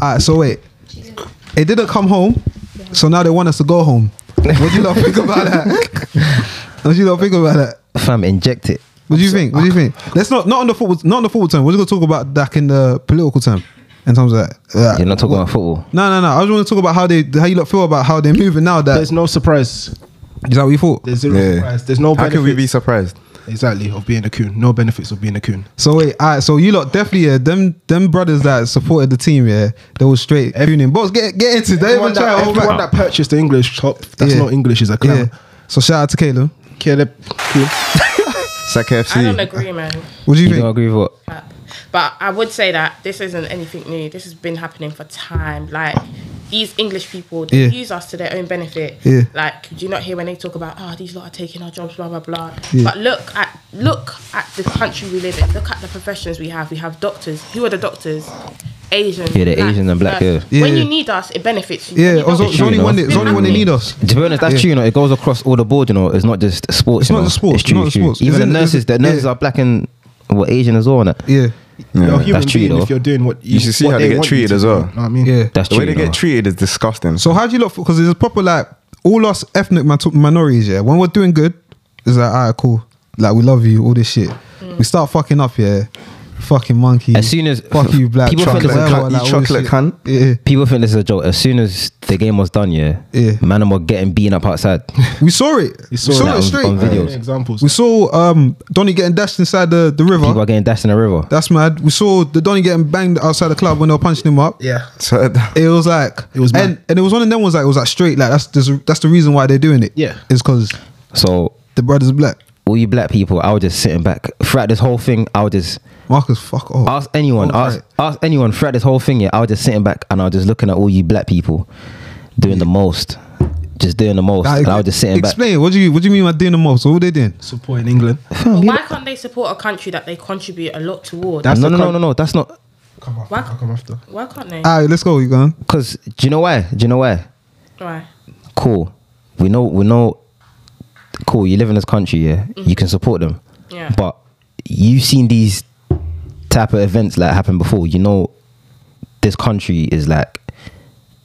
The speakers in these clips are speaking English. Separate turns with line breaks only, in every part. All right, so wait. It didn't come home, so now they want us to go home. What do you not think about that? What do you not think about that?
Fam, inject it.
What do you think? What do you think? Let's not not on the football not on the football term. We're just gonna talk about that in the political term. In terms of that, Uh,
You're not talking about football.
no, no, no. I just want to talk about how they how you lot feel about how they're moving now. That is
There's no surprise.
that what you thought?
There's zero
Uh, Yeah.
surprise. There's no
How
benefits.
can we be surprised?
exactly of being a coon. No benefits of being a coon.
So wait, all right, so you lot definitely yeah, them them brothers that supported the team, yeah, they were straight cooning. Boss, get get into it. Don't
Everyone
even try
that,
to hold
everyone
back.
that purchased the English top that's
Yeah.
not English is a
Yeah.
clown.
So shout out to Caleb.
Caleb, cool.
Saka FC.
I don't agree, man.
What do you
You don't
think?
agree with what?
But, but I would say that this isn't anything new. This has been happening for time. Like these English people, they
Yeah.
use us to their own benefit.
Yeah.
Like, do you not hear when they talk about, oh, these lot are taking our jobs, blah blah blah.
Yeah.
But look at look at the country we live in. Look at the professions we have. We have doctors. Who are the doctors? Asian.
Yeah, they're Asian and black, yeah.
When
Yeah.
you need us, it benefits you. When
Yeah,
you don't,
also,
it
it's only
doesn't.
when they, it's only when they need us.
To be honest, that's
Yeah.
true. You know, it goes across all the board. You know, it's not just sports.
It's
you
not
know.
just sports,
It's true,
not
it's
just
true.
sports.
Even the
Isn't-
nurses, the
isn't-
nurses
yeah.
are black and what Asian as well. Innit?
Yeah,
You're a human
That's true,
being
though.
if you're doing what you,
You should see
what
how they get
want you
treated
to
as
do.
well.
You know what I mean,
yeah.
That's
the
true.
way they
you know.
get treated is disgusting.
So how do you look? Because it's proper like all us ethnic man- minorities. Yeah, when we're doing good, it's like alright, cool. Like we love you, all this shit. We start fucking up, yeah. Fucking monkey.
As soon as-
fuck you, black
people feel
chocolate,
like
whatever,
cunt- you
all this
chocolate
shit.
cunt.
Yeah,
People think this is a joke. As soon as the game was done, yeah,
Yeah.
man were getting beaten up outside.
we saw it. We
saw
saw,
it
it,
on-
straight.
on video.
Yeah, Examples.
We saw um Donny getting dashed inside the, the river.
People are getting dashed in the river.
That's mad. We saw the Donny getting banged outside the club when they were punching him up.
yeah.
So that-
It was like
It was mad.
and, and it was one of them was like it was like straight like that's there's a- that's the reason why they're doing it.
Yeah.
it's because
So
the brothers are black.
all you black people, I was just sitting back throughout this whole thing. I was just
Marcus, fuck off.
ask anyone,
Oh,
ask, ask anyone throughout this whole thing. Yeah, I was just sitting back and I was just looking at all you black people doing the most, just doing the most.
Nah,
and I was just sitting back.
Explain. What do you What do you mean by doing the most? What were they doing?
Supporting England.
But why can't they support a country that they contribute a lot toward?
That's
no, no,
the
no,
con-
no, no. That's not
Come after.
Why-
I'll come after.
why can't they?
All right, let's go. You going?
because. Do you know why? Do you know why?
why?
Cool. We know. We know. Cool. You live in this country. Yeah, you can support them.
Mm-hmm. Yeah.
But you've seen these type of events like happen before. You know, this country is like.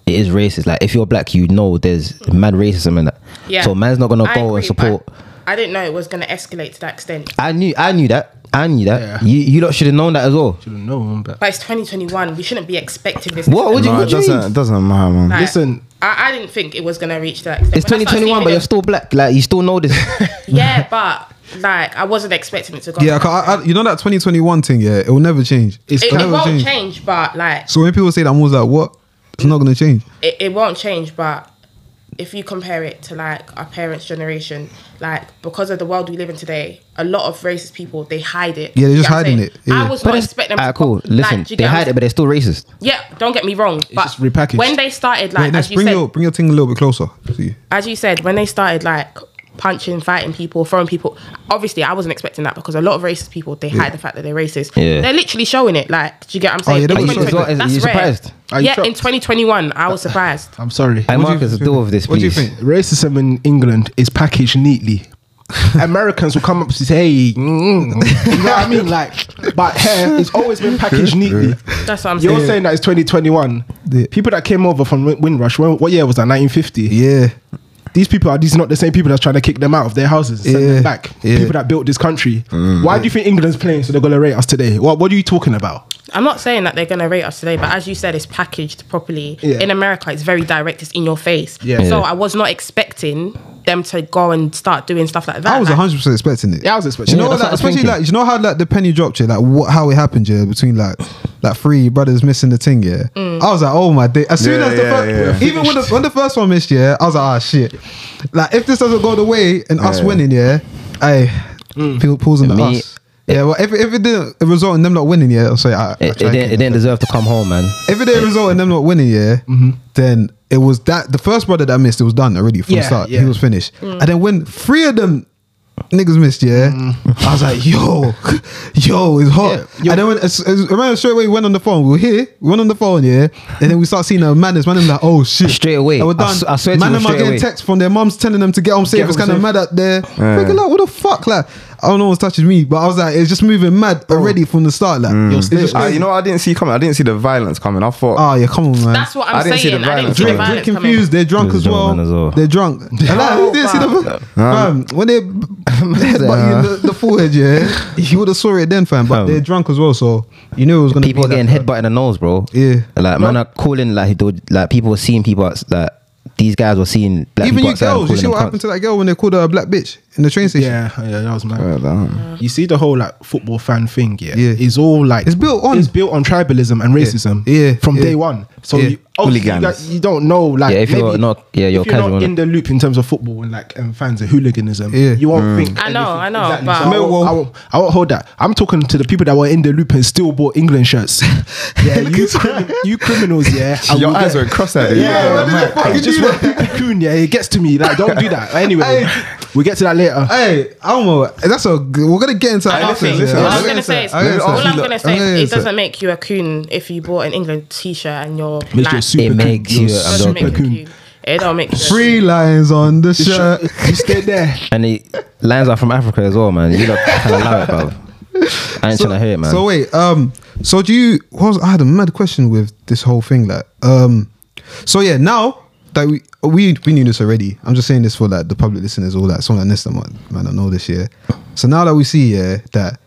It is racist. Like if you're black, you know there's mad racism in that.
Mm. Yeah.
So man's not gonna
I
go and
agree, but
support.
I didn't know it was going to escalate to that extent.
I knew I knew that. I knew that.
Yeah.
You you lot should have known that as well.
Should've known, but
But it's 2021. We shouldn't be expecting this.
What would you,
no,
what do
it
you
doesn't.
mean?
It doesn't matter, man.
Like,
Listen.
I, I didn't think it was going to reach that extent.
It's
When I started
2021, but you're
seeing
still black. Like you still know this.
it- Yeah, but like I wasn't expecting it to go.
Yeah, 'cause I, I, you know that 2021 thing. Yeah, it will never change.
It's
it, it
never
won't
change.
change. but like
So when people say that, I'm always like, what? It's not gonna change.
it, it won't change, but if you compare it to like our parents' generation, like because of the world we live in today, a lot of racist people they hide it.
Yeah, they're
You
just
get what I'm
hiding
saying?
it, yeah.
I was
But
not
it's-
expecting. them
Alright,
to
cool.
pop-
Listen,
like, do
they
you get what I'm
hide it, but they're still racist.
Yeah, don't get me wrong, but
just repackaged.
when they
Wait,
started, like
Ness,
as you
bring
said,
your bring your thing a little bit closer. See.
as you said, when they started like punching, fighting people, throwing people, obviously I wasn't expecting that because a lot of racist people they hide the fact that they're racist.
Yeah.
They're literally showing it. Like, do you get what I'm
Oh,
saying?
yeah, they
In
were showing it.
2020
Are you
that's rare.
surprised?
Are you
yeah, in
shocked?
2021, I was surprised.
I'm sorry.
What
Hey
do you
Marcus,
think?
deal with this,
What do you
please.
think?
Racism in England is packaged neatly. Americans will come up and say, hey, mm, you know what I mean? Like, but hair, it's always been packaged neatly.
That's what I'm
You're
saying.
saying that it's 2021.
Yeah.
People that came over from Win- Windrush, when, what year was that? 1950.
Yeah.
These people are these not the same people that's trying to kick them out of their houses, send
Yeah.
them back.
Yeah. Mm.
People that built this country. Why do you think England's playing so they're gonna rate us today? What What are you talking about?
I'm not saying that they're gonna rate us today, but as you said, it's packaged properly.
Yeah.
In America, it's very direct. It's in your face.
Yeah.
So
Yeah.
I was not expecting them to go and start doing stuff like that.
I was
Like,
100 percent expecting it.
Yeah, I was expecting
You know,
it.
like,
That's what I was
especially
thinking.
like you know how like the penny dropped, yeah, like what how it happened, yeah, between like like three brothers missing the thing, yeah. I was like, oh my day. As soon
Yeah,
as the
yeah,
first, even when the, when the first one missed, yeah, I was like, ah shit. Like if this doesn't go the way and us
Yeah.
winning, yeah, I people pulls in the
Me-
us. Yeah, well, if, if it didn't result in them not winning, yeah, I'm sorry, I,
It, it, didn't, it didn't deserve to come home, man.
if it didn't result in them not winning, yeah, then it was that the first brother that missed, it was done already from the
Yeah,
start.
yeah.
He was finished. And then when three of them niggas missed, yeah, I was like, yo, yo, it's hot.
Yeah, yo.
And then when as, as, I remember straight away we went on the phone. We were here, we went on the phone, yeah, and then we start seeing a madness. Man, I'm like, oh shit,
Straight away.
And we're
I
done.
s- I swear to
man,
you,
them are
straight
getting
away.
texts from their moms telling them to get home safe.
Get
It's
home
kind of
safe.
mad out there. Freaking out, what the fuck, like. I don't know what's touching me, but I was like, it's just moving mad already from the start. Like, it's just
Ah, you
crazy.
know, what I didn't see coming. I didn't see the violence coming. I thought,
Oh yeah, come on, man.
That's what I'm
I didn't see
saying.
the
I didn't
violence
see the
coming.
They're
violence
confused. They're drunk
There's
as well.
drunk man as well.
They're drunk. And like, you didn't see the fam when they headbutt you in the, the forehead. Yeah, you would have saw it then, fam. But
Fam.
they're drunk as well, so you knew it was gonna.
people
be
are getting
that.
headbutt in the nose, bro.
Yeah.
like man are calling like they were- like people were seeing people outs- like these guys were seeing black
Even
people
you
outside
girls, you
and
see what happened to that girl when they called her a black bitch in the train station.
Yeah, yeah, that was mad.
uh, damn.
You see the whole like football fan thing, yeah,
Yeah.
is all like
It's built on-
it's built on tribalism and racism,
Yeah,
from
yeah.
day one. So
Yeah.
you, obviously you,
Hooligans.
like, you don't know, like,
Yeah, if
maybe
you're not- yeah,
if
you're casual,
not
innit?
in the loop in terms of football and like and fans and hooliganism.
Yeah.
you won't
Mm.
think.
I know,
anything.
I know,
Exactly.
but-
So I, won't, I, won't, I won't hold that. I'm talking to the people that were in the loop and still bought England shirts. yeah, you, crim- you criminals, yeah. I
Your
will
eyes
get-
were crossed at it.
yeah,
Yeah,
man,
man,
I
you
just
do
want to cocoon. Yeah, it gets to me. Like, don't do that. Anyway,
Hey.
we get to that later.
Hey, I don't know. That's a. g- We're gonna get into.
I
that
think.
afterwards, yeah.
All I'm
We're
gonna say is,
get into
all
that.
I'm
Okay,
gonna
so-
say,
okay,
it
so-
doesn't make you a coon if you bought an England T-shirt and you're
Make you a
black.
super
It
coon.
makes
You're
you a
It
super
doesn't
joking.
make
coon.
you. It don't make you. a
Three lines on the
Sure.
shirt.
you stay there.
and the lions are from Africa as well, man. You lot can allow it, bro. I ain't trying to hear it, man.
So wait, um, so do you? What was, I had a mad question with this whole thing, like, um, so yeah, now that we we we knew this already. I'm just saying this for like the public listeners, all that. Someone like this, man, man, I know this, yeah. So now that we see, yeah, that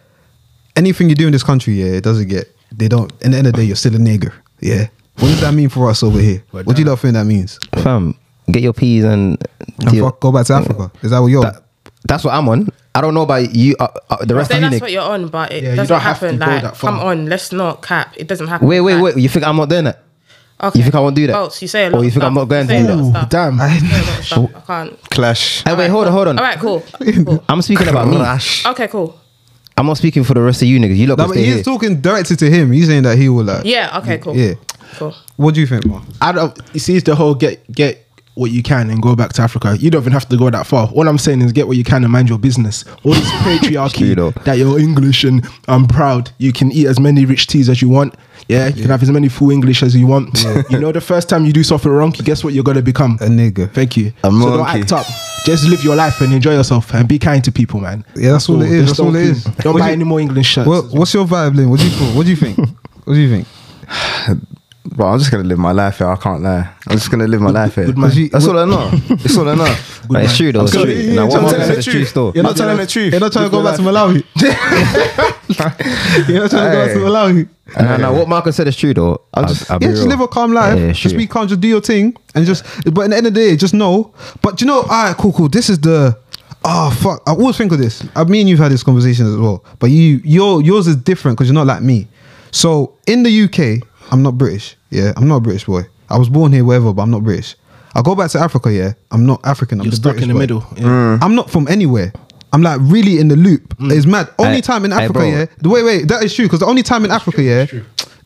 anything you do in this country, yeah, it doesn't get. They don't. In the end of the day, you're still a nigger, yeah. What does that mean for us over here? What do you lot think that means?
fam, get your peas and,
And
deal.
fuck, go back to Africa. Is that what you're?
That- that's what I'm on. I don't know about you, uh, uh, the
I
rest
say
of you.
that's
Nick.
what you're on, but it
Yeah, you
doesn't
don't have to
happen.
go
Like,
that far.
come on, let's not cap. It doesn't happen.
Wait, wait,
Like,
wait. You think I'm not doing that?
Okay.
you think I won't do that?
Bolts, you say a
Or
lot.
you
of
think I'm not
stuff.
going
You
to
say
do
a lot
Ooh,
of stuff.
damn.
You say a lot of stuff. I can't.
clash.
Hey, wait, hold on, hold on.
All right, cool. cool.
I'm speaking about me.
Clash.
Okay, cool.
I'm not speaking for the rest of you niggas. You lot
No,
can
but
stay
he's
here.
talking directed to him. He's saying that he will like.
Yeah. Okay. Cool.
Yeah.
Cool.
What do you think, Mark?
I don't. You see, it's the whole get get what you can and go back to Africa. You don't even have to go that far. All I'm saying is get what you can and mind your business. All this
You
patriarchy
know.
that you're English and I'm proud. You can eat as many rich teas as you want. Yeah, you can have as many full English as you want. you know, the first time you do something wrong, guess what you're gonna become?
A nigger.
Thank you.
A
so don't
monkey.
act up. Just live your life and enjoy yourself and be kind to people, man.
Yeah, that's all it is,
Just
that's all
don't
it
do-
is.
Don't
What
buy
you-
any more English shirts.
What, what's your vibe, Lynn? What do you feel? What do you think? What do you think?
But I'm just gonna live my life here. I can't lie. I'm just gonna live my life here.
good man.
That's all I know. It's all I know.
Like, it's true though. It's
So,
true.
yeah,
Now,
just
what more
telling
said
the
is
truth.
true still.
You're not telling the truth.
You're not trying to go back to Malawi. you're not trying to
Hey.
go back to Malawi.
Nah, nah, what Marcus said is true though. I'll,
Just,
I'll be
yeah, just
real.
live a calm life.
Yeah,
just
sure.
be calm. Just do your thing, and just. But in the end of the day, just know. But do you know, all right, cool, cool. This is the. Oh fuck! I always think of this. I mean, you've had this conversation as well, but you, your, yours is different because you're not like me. So in the UK, I'm not British. Yeah, I'm not a British boy. I was born here, wherever, but I'm not British. I go back to Africa. Yeah, I'm not African. I'm
You're
the
stuck
British
in the
boy.
middle. Yeah.
Mm.
I'm not from anywhere. I'm like really in the loop. It's mad. Only
Aye,
time in
aye,
Africa,
Mm. bro.
yeah. The wait, wait, that is true. Because the only time in Africa, yeah,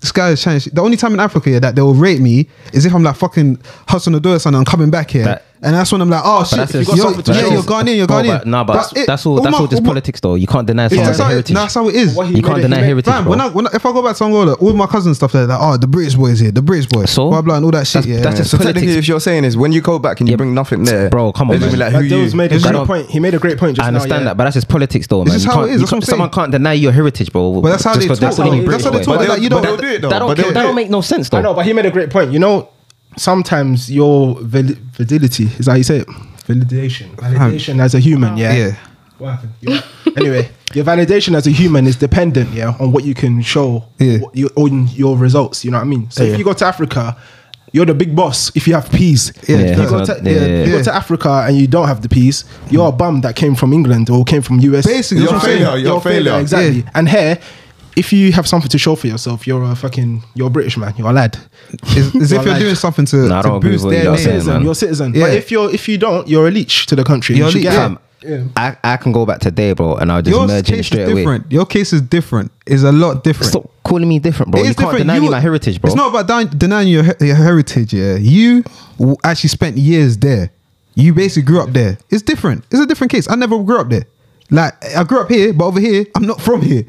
this guy is trying. The only time in Africa, yeah, that they will rate me is if I'm like fucking hustling the door or something. I'm coming back here,
That-
and that's when I'm like, oh shit,
that's
you
his-
got
but
something to
that's
yeah, you're
his-
Ghanaian, you're
Bro,
Ghanaian.
But, nah, but, that's,
it-
that's all. That's
my-
all. Just
my-
politics though. You can't deny
it's
someone's
just how it-
heritage.
That's how it is.
What he
You can't
made it-
deny
he made-
heritage,
Fam,
bro.
when I, when I, if I go back to Angola, all my cousins and stuff they're like, oh, the British boys here, the British boys,
So?
blah blah, and all that shit.
That's-
yeah,
that's just
So technically,
politics.
if you're saying is when you go back and you
Yeah.
bring nothing there,
Bro, come on,
they're
man.
gonna be
Like,
like, who
Dill's
you?
made a
It's
great
not-
point. He made a great point just
I
now,
understand
yeah.
that, but that's just politics, though, man.
is
You
how it
can't-
is,
you
that's what I'm
can't- Someone
saying.
can't deny your heritage, bro.
But that's how
just
they
'cause they're
talk.
calling you
That's how they
British,
talk.
boy.
Like, you don't-
but they'll do it though.
That
But
don't
they'll
that
do
don't
it.
make no sense,
I know,
though.
but he made a great point. You know, sometimes your val- validity is how you say it. Validation, validation as a human, yeah.
Yeah.
What happened? You- anyway, your validation as a human is dependent, yeah, on what you can show,
Yeah.
what your, on your results. You know what I mean? So
Yeah.
if you go to Africa. You're the big boss if you have peas.
Yeah,
if you
it's
go
not-
to,
yeah,
yeah,
yeah,
if you go
yeah.
to Africa and you don't have the peas, you're a bum that came from England or came from US.
Basically, that's
You're
what
a
I'm
failure,
saying.
you're a failure.
exactly. And here, if you have something to show for yourself, you're a fucking, you're a British man, you're a lad.
Is, is
You're
if you're
like-
doing something to,
Nah, I
to
don't agree
boost
with what
their
you're
name.
saying, man.
You're a citizen.
Yeah.
But if you're if you don't, you're a leech to the country.
You're
You're
a
you should
leech,
get
yeah.
out. Yeah.
I I can go back to day, bro, and I'll just
Your
merge
case
in
is
straight away.
different. Your case is different. It's a lot different.
Stop calling me different, bro.
It is
You can't deny me
You-
my heritage, bro.
It's not about dying, denying your, he- your heritage. Yeah, you w- actually spent years there. You basically grew up there. It's different. It's a different case. I never grew up there. Like I grew up here, but over here, I'm not from here.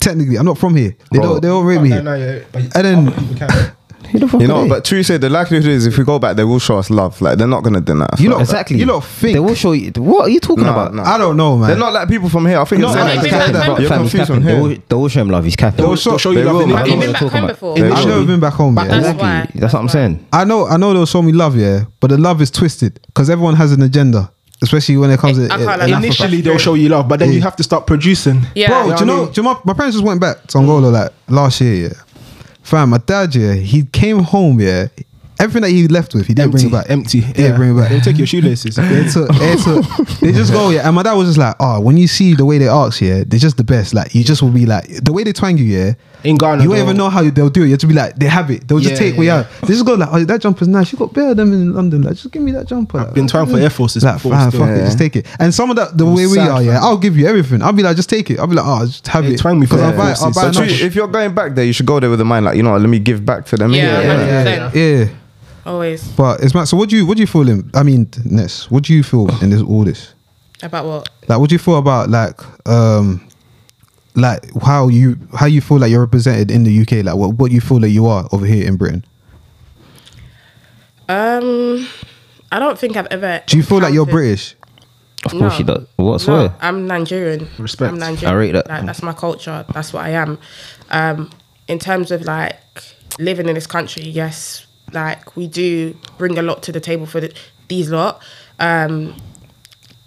Technically, I'm not from here. They
Bro.
don't. They don't rate me.
No,
here.
no, yeah, but
And then-
other people can.
Who the fuck
You
are
know,
they?
but true say the likelihood is if we go back, they will show us love. Like they're not gonna deny. us
You
love.
lot-
exactly.
you lot think-
they will show you. What are you talking
Nah,
about?
nah.
I don't know, man.
they're not like people from here. I think
No,
it's
no,
like-
they've been back home.
you're
Fam, he's
confused
capping.
from
They
here. Oh,
will, they will show him love. He's capping.
They'll,
will
show,
show-
show you
they
love
will,
in
man.
Have
don't
you
know what
been back
you're
home
talking about.
before?
They
I've never been back home.
But
yeah.
that's
Exactly.
why.
That's, what I'm
why.
saying.
I know, I know they'll show me love, yeah, but the love is twisted because everyone has an agenda, especially when it comes
I
to.
can't
in
lie,
Africa.
that's
Initially, they'll show you love, but then you have to start producing.
Yeah.
Bro,
Yeah,
do you
I
know,
mean-
do you know, my- my parents just went back to Angola like last year, yeah. Fam, my dad, yeah, he came home, yeah. Everything that he left with, he didn't bring
Empty,
it back.
empty.
He didn't bring it back.
They'll take your shoelaces.
They took, they took, they just go, yeah. And my dad was just like, oh, when you see the way they ask, yeah, they're just the best. Like, you just will be like, the way they twang you, yeah.
In Ghana,
you won't
they'll-
even know how they'll do it. You have to be like, they have it. They'll just
Yeah,
take what you
yeah,
have. They just go like, oh, that jumper's nice. You got better than in London. Like, just give me that jumper. I've
been twanged for Air Forces
Like,
before
fam,
still.
fuck it, just take it. And some of that, the way we
sad,
are, yeah,
fam.
I'll give you everything. I'll be like, just take it. I'll be like, oh, just have
Hey,
it.
twang me for
Because I'll
Air
buy, it- I'll
Forces.
buy
But
another
true,
one.
if you're going back there, you should go there with a mind like you know. what, Let me give back to them.
Yeah,
Yeah, yeah, yeah.
100%.
yeah.
Always.
But it's Matt. So what do you what do you feel in? I mean, Ness, what do you feel in this all this?
About what?
Like, what do you feel about like um like how you how you feel like you're represented in the UK? Like what what you feel that you are over here in Britain?
Um, I don't think I've ever.
Do you feel like you're
encountered-
British?
Of course she does. What's
no,
where?
I'm Nigerian.
Respect.
I'm Nigerian.
I rate that.
Like, that's my culture. That's what I am. Um, in terms of like living in this country, yes, like we do bring a lot to the table for the, these lot. Um,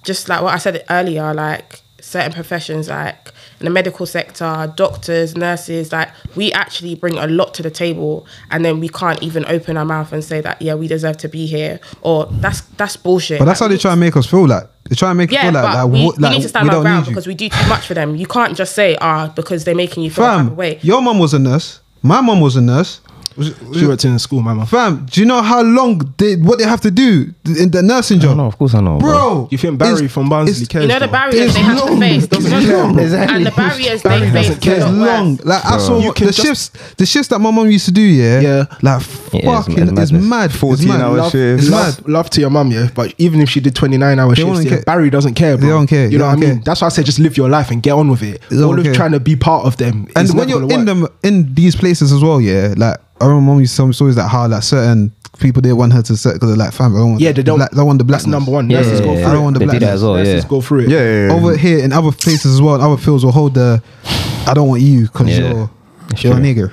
just like what I said earlier, like certain professions, like in the medical sector, doctors, nurses, like we actually bring a lot to the table, and then we can't even open our mouth and say that yeah we deserve to be here or that's that's bullshit.
But that's how
Like,
they
we-
try and make us feel like they try and make us
yeah,
feel like
but
like,
we,
what-
we
like
need to stand our
don't
ground
need you.
because we do too much for them. You can't just say ah because they're making you feel a type of
Fam,
way.
your mum was a nurse. My mum was a nurse. Was-
She worked in a school, mama.
Fam, do you know how long they what they have to do in the nursing
I
job?
know. Of course I know.
Bro,
You think Barry
it's-
from Barnsley
it's-
cares?
You know the
though?
barriers
It's
they have
long.
to face,
It's
you know?
long.
Exactly.
and the barriers
Barry
they face.
doesn't care.
is
It's
a lot
long.
worse.
Like I saw
You can
the
just-
shifts, the shifts that my mum used to do. Yeah,
Yeah.
Like
Yeah, it's-
fucking,
it's
it's,
madness.
mad. It's
14
mad.
hours
Love-
shift.
It's mad.
love, love to your mum, yeah. But even if she did 29 hour shifts,
wouldn't
yeah,
care.
Barry doesn't care. Bro.
They don't care.
You know
They
what I
don't
mean?
care.
That's why I said just live your life and get on with it.
They don't
All of
care.
trying to be part of them.
And
is
when
never
you're
gonna
in
work.
them, in these places as well, yeah. Like I remember mum used to tell me stories that how like certain people didn't want her to set because they're like, fam, I don't want.
yeah, they
the
don't.
Black, I want the black
That's number one.
Yeah,
Nurses
yeah,
go
yeah,
through
I
it.
don't want the
They do
black.
that as well.
Nurses
yeah.
go through it.
Yeah, yeah, yeah.
Over here in other places as well, in other fields will hold the, I don't want you because
Yeah.
you're
It's
you're a
true.
nigger.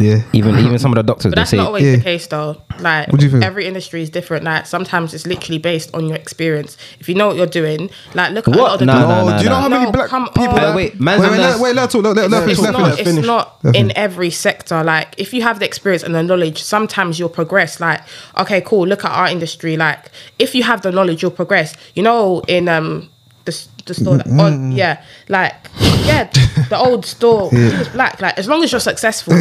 Yeah.
Even even some of the doctors
But
they
that's
say
not always
Yeah.
the case, though. Like
What do you think?
every industry is different. Like sometimes it's literally based on your experience. If you know what you're doing, like look at a
What?
lot of the
Nah,
doctors-
nah, nah, Do you know
nah. how many black
come
people
on.
Uh, wait, man's
Wait,
a
wait,
nurse.
let, wait, let's talk. Let, let, let,
it's
let,
not,
let,
it's not
Finish.
in every sector. Like if you have the experience and the knowledge, sometimes you'll progress. Like, okay, cool. Look at our industry. Like if you have the knowledge, you'll progress. You know, in um the, s- the store, that,
Mm-hmm.
oh, yeah, like yeah, the old store it was black. Like as long as you're successful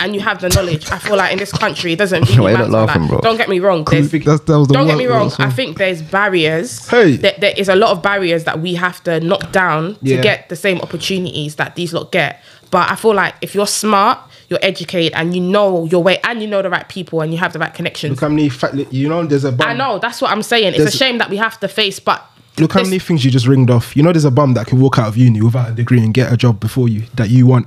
and you have the knowledge, I feel like in this country it doesn't really
Why you
matter.
not laughing,
like,
bro?
Don't get me wrong. There's,
That's- that was the
don't
word-
get me wrong.
that's
I
one.
think there's barriers.
Hey.
There- there is a lot of barriers that we have to knock down
Yeah.
to get the same opportunities that these lot get. But I feel like if you're smart, you're educated, and you know your way, and you know the right people, and you have the right connections.
Look how many fat, li- you know, there's a
um,
bum.
I know that's what I'm saying. It's
There's-
a shame that we have to face, but
Look how
it's-
many things you just ringed off. You know, there's a bum that can walk out of uni without a degree and get a job before you that you want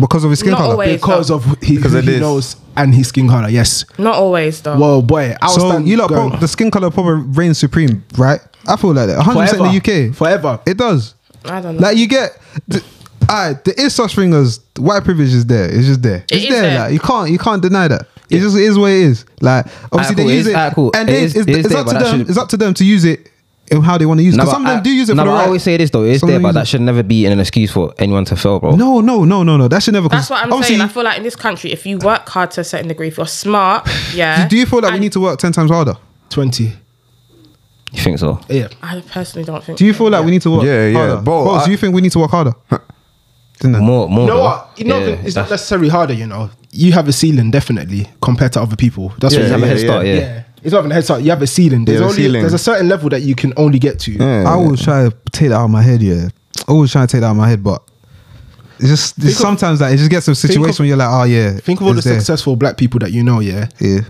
because of his skin
Not
color.
always.
because
though.
of who he,
Because
who
of
he
this.
knows and his skin color. Yes.
not always though.
Well, boy, I was
So you lot, prob- the skin color probably reigns supreme, right? I feel like that. 100 percent in the UK
forever.
It does.
I don't know.
Like you get, th- I there is such thing as white privilege is there. It's just there.
It
it's
is
there.
there.
Like you can't you can't deny that. It just is what it is. Like obviously
Alright,
they
cool, it
use
is-
it,
alright, cool,
and
it
they,
is-
it's,
it is
it's
there,
up
but
to
that
them.
should-
It's up to them to use it in how they want to use. it.
No,
Because
but
some of them
I-
do use it
no,
for the
but
right.
I always say this though. It's
Some of
there,
them
but
use
that
it.
should never be an excuse for anyone to fail, bro.
No, no, no, no, no. That should never.
that's what I'm
obviously,
saying. I feel like in this country, if you work hard to a certain degree, if you're smart, yeah.
do you feel like we
and-
need to work ten times harder?
20.
You think so?
Yeah.
I personally don't think.
Do you feel like we need to work?
Yeah, yeah,
harder?
bro,
Boss,
I-
do you think we need to work harder?
More, more.
You know
though.
what? You know,
Oh, Yeah,
it's not
that's-
necessarily harder, you know. You have a ceiling, definitely, compared to other people. That's
you
what
have
you
a
yeah,
head start.
Yeah.
Yeah.
It's not even a head start. You have a ceiling. There's
Yeah, the
only
ceiling.
there's a certain level that you can only get to.
Yeah.
I always try to take that out of my head, yeah. I always try to take that out of my head, but it's just it's sometimes that it just gets to a situation
of-
where you're like, oh yeah.
Think of all the
it's there.
successful black people that you know, yeah.
Yeah.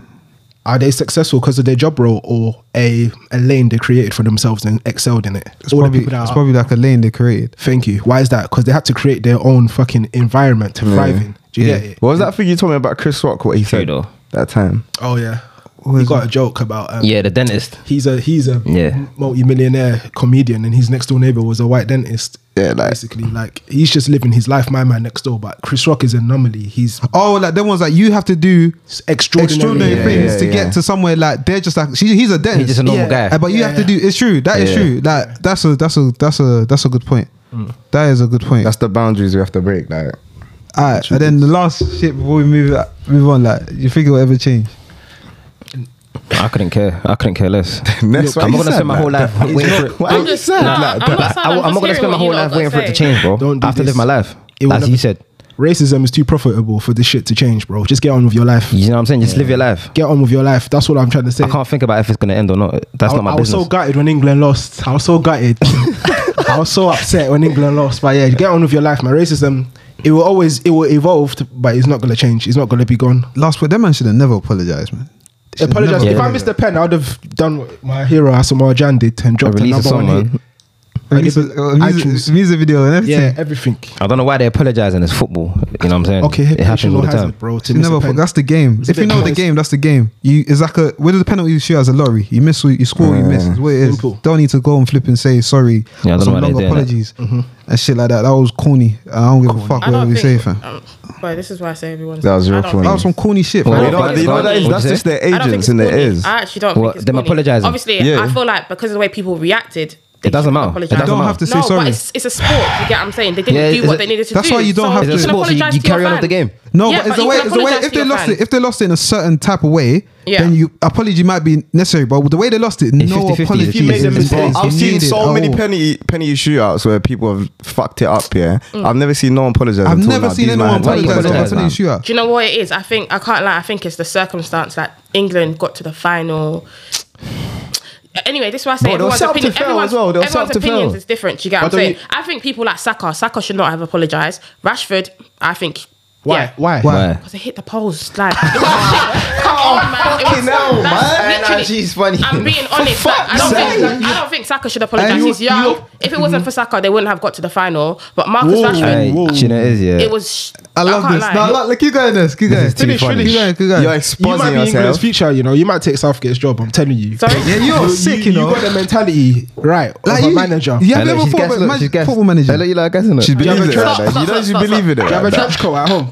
Are they successful because of their job role or a, a lane they created for themselves and excelled in it?
It's probably,
that
it's
are-
probably like a lane they created.
Thank you. Why is that? Because they had to create their own fucking environment to thrive in. Do you
Yeah.
get it?
What was that thing you told me about Chris Rock? What he said
Trudeau.
that time?
Oh yeah.
What
he
is
got
it?
a joke about um,
Yeah, the dentist.
he's a he's a
Yeah.
multi-millionaire comedian and his next door neighbor was a white dentist.
Yeah, like-
basically like he's just living his life my man next door but Chris Rock is an anomaly. He's
Oh, like them ones like you have to do
extraordinary.
extraordinary
Yeah,
things
yeah,
to
yeah.
get to somewhere. Like they're just like she, he's a dentist,
He's just a normal
Yeah.
guy.
Uh, but you
Yeah,
have to
yeah.
do. It's true. That is
Yeah. Mm.
true. That that's a that's a that's a that's a good point. That is a good point.
That's the boundaries we have to break. Like,
Alright, and then the last shit before we move move on, like you think it will ever change?
I couldn't care. I couldn't care less.
that's why
I'm
you
not gonna
said
spend my
that.
whole life waiting for it.
Why are
I'm
you
just-
sad
nah,
like
I'm not
that?
sad.
I, am not gonna
just hearing
spend my
what you
whole
lot
life
got
waiting for it to
say.
change, bro.
Don't do
I have to
this.
live my life.
It will
As
never-
you said,
Racism is too profitable for this shit to change, bro. Just get on with your life.
you know what I'm saying. Just live your life.
Get on with your life. That's what I'm trying to say.
I can't think about if it's gonna end or not. That's
I,
not my
I was
business.
so gutted when England lost. I was so gutted. I was so upset when England lost. But yeah, get on with your life, man. Racism, it will always, it will evolve, to- but it's not gonna change. It's not gonna be gone.
Last word, that man should have never apologized, man. Should have
Apologize
never
if I
apologised.
missed the pen, I would have done what my hero Asamoah Jan did and
I
dropped a
released a
number
song,
one hit.
man.
A music, a music,
iTunes.
music video and everything.
Yeah, everything.
I don't know why they're apologizing. It's football. You know what I'm saying?
Okay,
it happens all the time.
hazard, bro. To
Should
miss a
never
pen.
apolog- that's the game.
It's a
if you
bit
know the
biased.
game, that's the game. You it's like a whether the penalty shoot as a lorry. You miss, you score, you miss. It's what it is.
Simple.
Don't need to go and flip and say sorry.
Yeah, I don't
or
know why they're
long
doing that.
apologies and shit like that. That was corny. I don't give a fuck
I
what
don't
we say,
think.
fam.
Um, well, this is why I say everyone's.
That was
I
your
don't
point.
That
think-
was some corny shit.
Well,
You know
I don't
what
think
you know
it's
what that is?
funny.
That's just their
I don't think
agents
it's
in their
corny.
ears.
I actually don't
What,
think it's
them
corny.
apologising?
Obviously,
Yeah.
I feel like because of the way people reacted, they
It doesn't
shouldn't
matter. It
apologise.
doesn't
You don't have to say
no,
sorry.
But it's, it's a sport. You get what I'm saying? They didn't
Yeah,
do
it's
what
a-
they needed to
that's
do.
why you don't
so
have
you
to-
It's a
can
sport, so you-
apologise
you
to your
carry on with
fan.
the game.
No,
Yeah,
but it's the
you
way.
can
It's the way.
apologise
If
to
they
your
lost
fan.
it, if they lost it in a certain type of way,
Yeah.
then you apology might be necessary. But the way they lost it, no
50-50,
apology.
it's You made a
is
mistake.
needed Oh.
I've seen
at
so
all.
many penny penny shootouts where people have fucked it up. Yeah,
Mm.
I've never seen no one apologize.
I've
until
never
now.
seen
These
anyone
man-
why you
apologize for a
apologise,
penalty
man?
shootout.
Do you know what it is? I think I can't lie. I think it's the circumstance that England got to the final. Anyway, this is why I
Bro,
say
they were
everyone's,
set up to
opinion,
fail
everyone's,
as well. They were set
everyone's
up to
opinions
fail.
is different. Do you get
Why
what I'm
don't
saying?
you-
I think people like Saka, Saka should not have apologised. Rashford, I think.
Why?
yeah.
Why?
Why?
Because I hit the post. Like, it was shit. come on, man. It was,
fucking hell,
that's
man.
literally-
Nah, she's funny.
I'm being
For
honest. like, I,
fuck's
don't
sake.
think, I don't think Saka should apologise.
And you-
He's young.
you-
if it wasn't for Saka, they wouldn't have got to the final. But Marcus
Whoa.
Rashford,
Hey, do you know it is, yeah.
it was. sh-
I love
can't
this.
lie.
No, look, look, keep going, this, keep going.
is too Finish, funny. finish.
Keep going, keep going.
You're
You might
exposing
be England's
yourself.
future, you know. You might take Southgate's job. I'm telling you.
Sorry?
Yeah, you're
You-
sick, you
you
know.
got the mentality right of a manager.
You
Hey,
have
look,
you ever
she's
thought
guessed,
about
look, she's
magic
guessed.
football manager?
Hey, look, you like guessing it.
She
have
believes
a
it.
trench-
like that. You
Stop,
know she
stop, stop,
believe in
You
it.
have a
like that.
trench coat at home.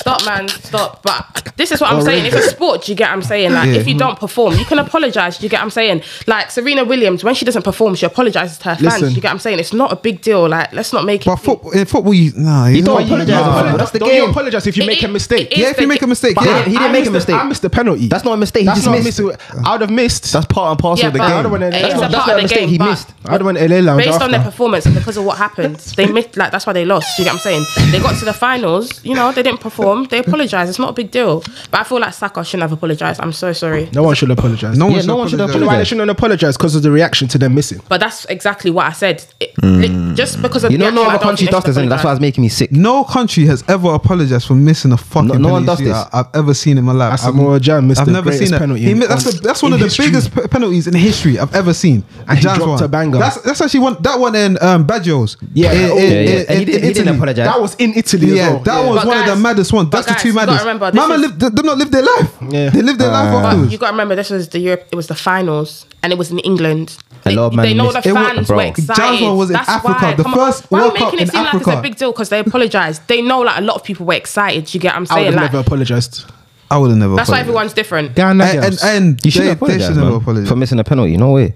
Stop, man, stop. But this is what I'm saying. It's a sport. Do you get what I'm saying? Like,
Yeah.
if you don't perform, you can apologize. Do you get what I'm saying? Like Serena Williams, when she doesn't perform, she apologizes to her fans.
Listen.
Do you get what I'm saying? It's not a big deal. Like, let's not make it.
But football, in football, you nah, you
Don't
don't
apologize.
apologize.
Apologize.
that's the
Don't you
game.
apologize if you
It-
make a
it-
mistake.
it-
Yeah, if you make a mistake,
But
yeah.
he didn't
I
make a
missed the-
mistake.
I missed the penalty.
That's not a mistake. He
That's
just
not
missed.
a mistake. I would have missed.
That's part and parcel
yeah,
of the
but
I don't
game.
wanna-
it
that's
is
not-
a
that's
part
not
of
a
the
mistake.
game.
He
but
missed.
I would have went LA lounge
Based on their
after.
performance and because of what happened, they missed. Like that's why they lost. Do you get what I'm saying? They got to the finals. You know, they didn't perform. They apologized. It's not a big deal. But I feel like Saka shouldn't have apologized. I'm so sorry.
No one should apologize.
No
Yeah,
one should
no one should
You know
apologize.
why they shouldn't apologize because of the reaction to them missing.
But that's exactly what I said. It, li- just because of
You
the
know, no
action, I
other
don't
country
think they
does this,
should
and that's why
apologise.
it's making me sick.
No country has ever apologized for missing a fucking
No- no one
penalty
does
shootout I've ever seen in my life. I've-
Asamoah Gyan missed
I've
the
never
greatest
seen that.
penalty
He
in-
mi- that's
on-
the, that's one of
in
the
history.
biggest pe- penalties in history I've ever seen.
And he
Gyan's
dropped
one.
a banger.
That's, that's actually one. That one in um, Baggio's.
Yeah.
in,
Yeah,
in-
oh, yeah.
in-
And he
in
didn't- he didn't
Italy.
apologize.
That was in Italy.
Yeah,
as well.
that was
But
one of
guys-
the maddest ones.
but
That's
guys,
the two
you gotta
maddest.
remember, this
Mama
is-
lived, them not lived their life.
Yeah.
They lived their life
But you
afterwards.
got to remember, this was the Europe. It was the finals, and it was in England.
A
They,
lot of man
they know the
missed- It
wa-
fans
bro.
were excited.
Jasmine was in
That's
Africa,
why.
the
come
first
on. Why
World
am I
Cup
making it
in
seem like it's
Africa.
a big deal? Because they apologized. They know like a lot of people were excited. You get what I'm
I would
saying?
have
Like
never apologized.
I would have never.
that's why
apologized.
everyone's different.
Ghana
And, and,
girls.
and
You should
they, they
apologize,
should never
man,
apologize.
for missing a penalty. No way.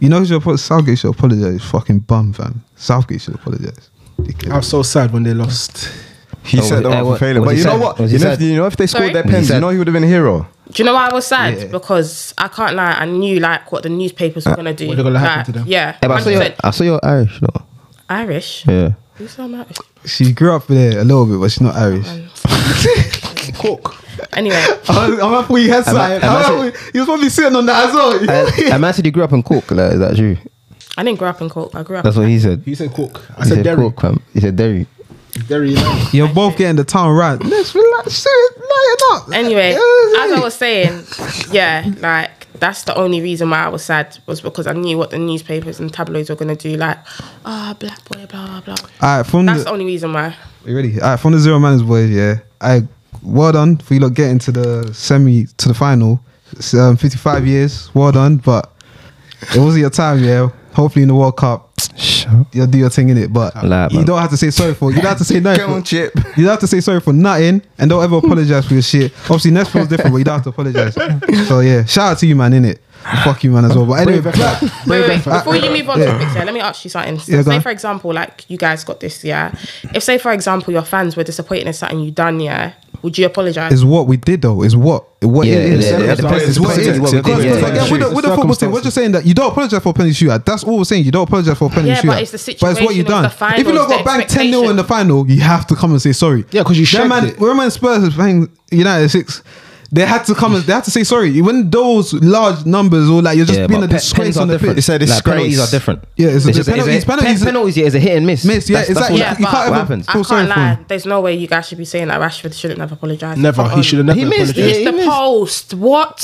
You know who should apologize? Southgate should apologize. Fucking bum, fam. Southgate should apologize.
I was so sad when they lost.
He
Oh, was-
set them
eh,
up
what-
for failure.
was
But
he
you know
sad?
uh, what?
Was he
You know
sad?
if- you know if they
Sorry?
scored their
Was he
pens, you
sad?
know he would have been a hero.
Do you know why I was sad? Because I can't lie, I knew like what the newspapers were gonna do.
what they're gonna happen
Like,
to them.
Yeah,
Yeah, but I saw your,
100%.
I saw your Irish though.
Irish.
Yeah.
Who said I'm Irish?
She grew up there a little bit, but she's not Irish.
Uh-huh.
Cook.
Anyway,
I'm happy you had
I- am I
something. You was probably sitting on that as well.
I, man said you grew up in Cork. Like, is that true?
I didn't grow up in Cork. I grew up.
That's what he said. He
You said Cook. I said Derry.
Cork, fam. He said Derry.
Derry. United.
um, You're both getting the town right. Let's relax, shit, lighten up.
anyway,
Yeah,
as I was saying, yeah, like that's the only reason why I was sad was because I knew what the newspapers and tabloids were gonna do. Like, ah, black boy, blah blah blah.
All right, from
That's
the,
the only reason why.
you ready? All right, from the zero manners boys. Yeah, I well done for you lot getting to the semi to the final. It's, um, Fifty-five years, well done. But it wasn't your time. Yeah, hopefully in the World Cup, you'll do your thing in it. But
Nah,
you
man.
don't have to say sorry for. You don't have to say no.
Come
for-
on, Chip.
You don't have to say sorry for nothing, and don't ever apologize for your shit. Obviously, next one's different, but you don't have to apologize. So yeah, shout out to you, man. In it, fuck you, man, as well. But anyway,
Brave
clap.
effort.
Wait, wait, wait.
Uh,
Before you move on to topics, yeah, let me ask you something. So,
Yeah, go
say,
on.
for example, like you guys got this, yeah. If, say, for example, your fans were disappointed in something you done, yeah, would you apologize?
is what we did though. Is what what
Yeah,
it is.
yeah,
yeah, it depends-
It's what it is.
depends-
Because-
yeah,
because
yeah,
again,
yeah.
with the- with the football team, we're just saying that you don't apologize for a penalty shootout. That's all we're saying. You don't apologize for a penalty
Yeah,
shootout.
but it's the situation, it was the finals,
if you look
the
got banged ten 0 in the
expectation.
final, you have to come and say sorry.
Yeah, 'cause you
Their
shirked
man,
it.
when man Spurs was playing United six. They had to come and they had to say sorry. When those large numbers all like you're just
Yeah,
being
but
a
pe-
disgrace
pens are
on the
different.
pitch.
It's a
Like, penalties
disgrace.
are different.
Yeah, it's a
just-
di- penalties-
a- pen-
penalties-
penalties, yeah, is a hit and miss.
Miss, yeah,
That's-
it's like-
that's what-
yeah,
you- you
but
can't ever-
what happens.
I
feel
can't
sorry for
lie.
him.
There's no way you guys should be saying that Rashford shouldn't have apologized.
Never.
Come
He
on.
should have never
He missed
apologized.
it.
It's
Yeah,
the
he missed-
post. What?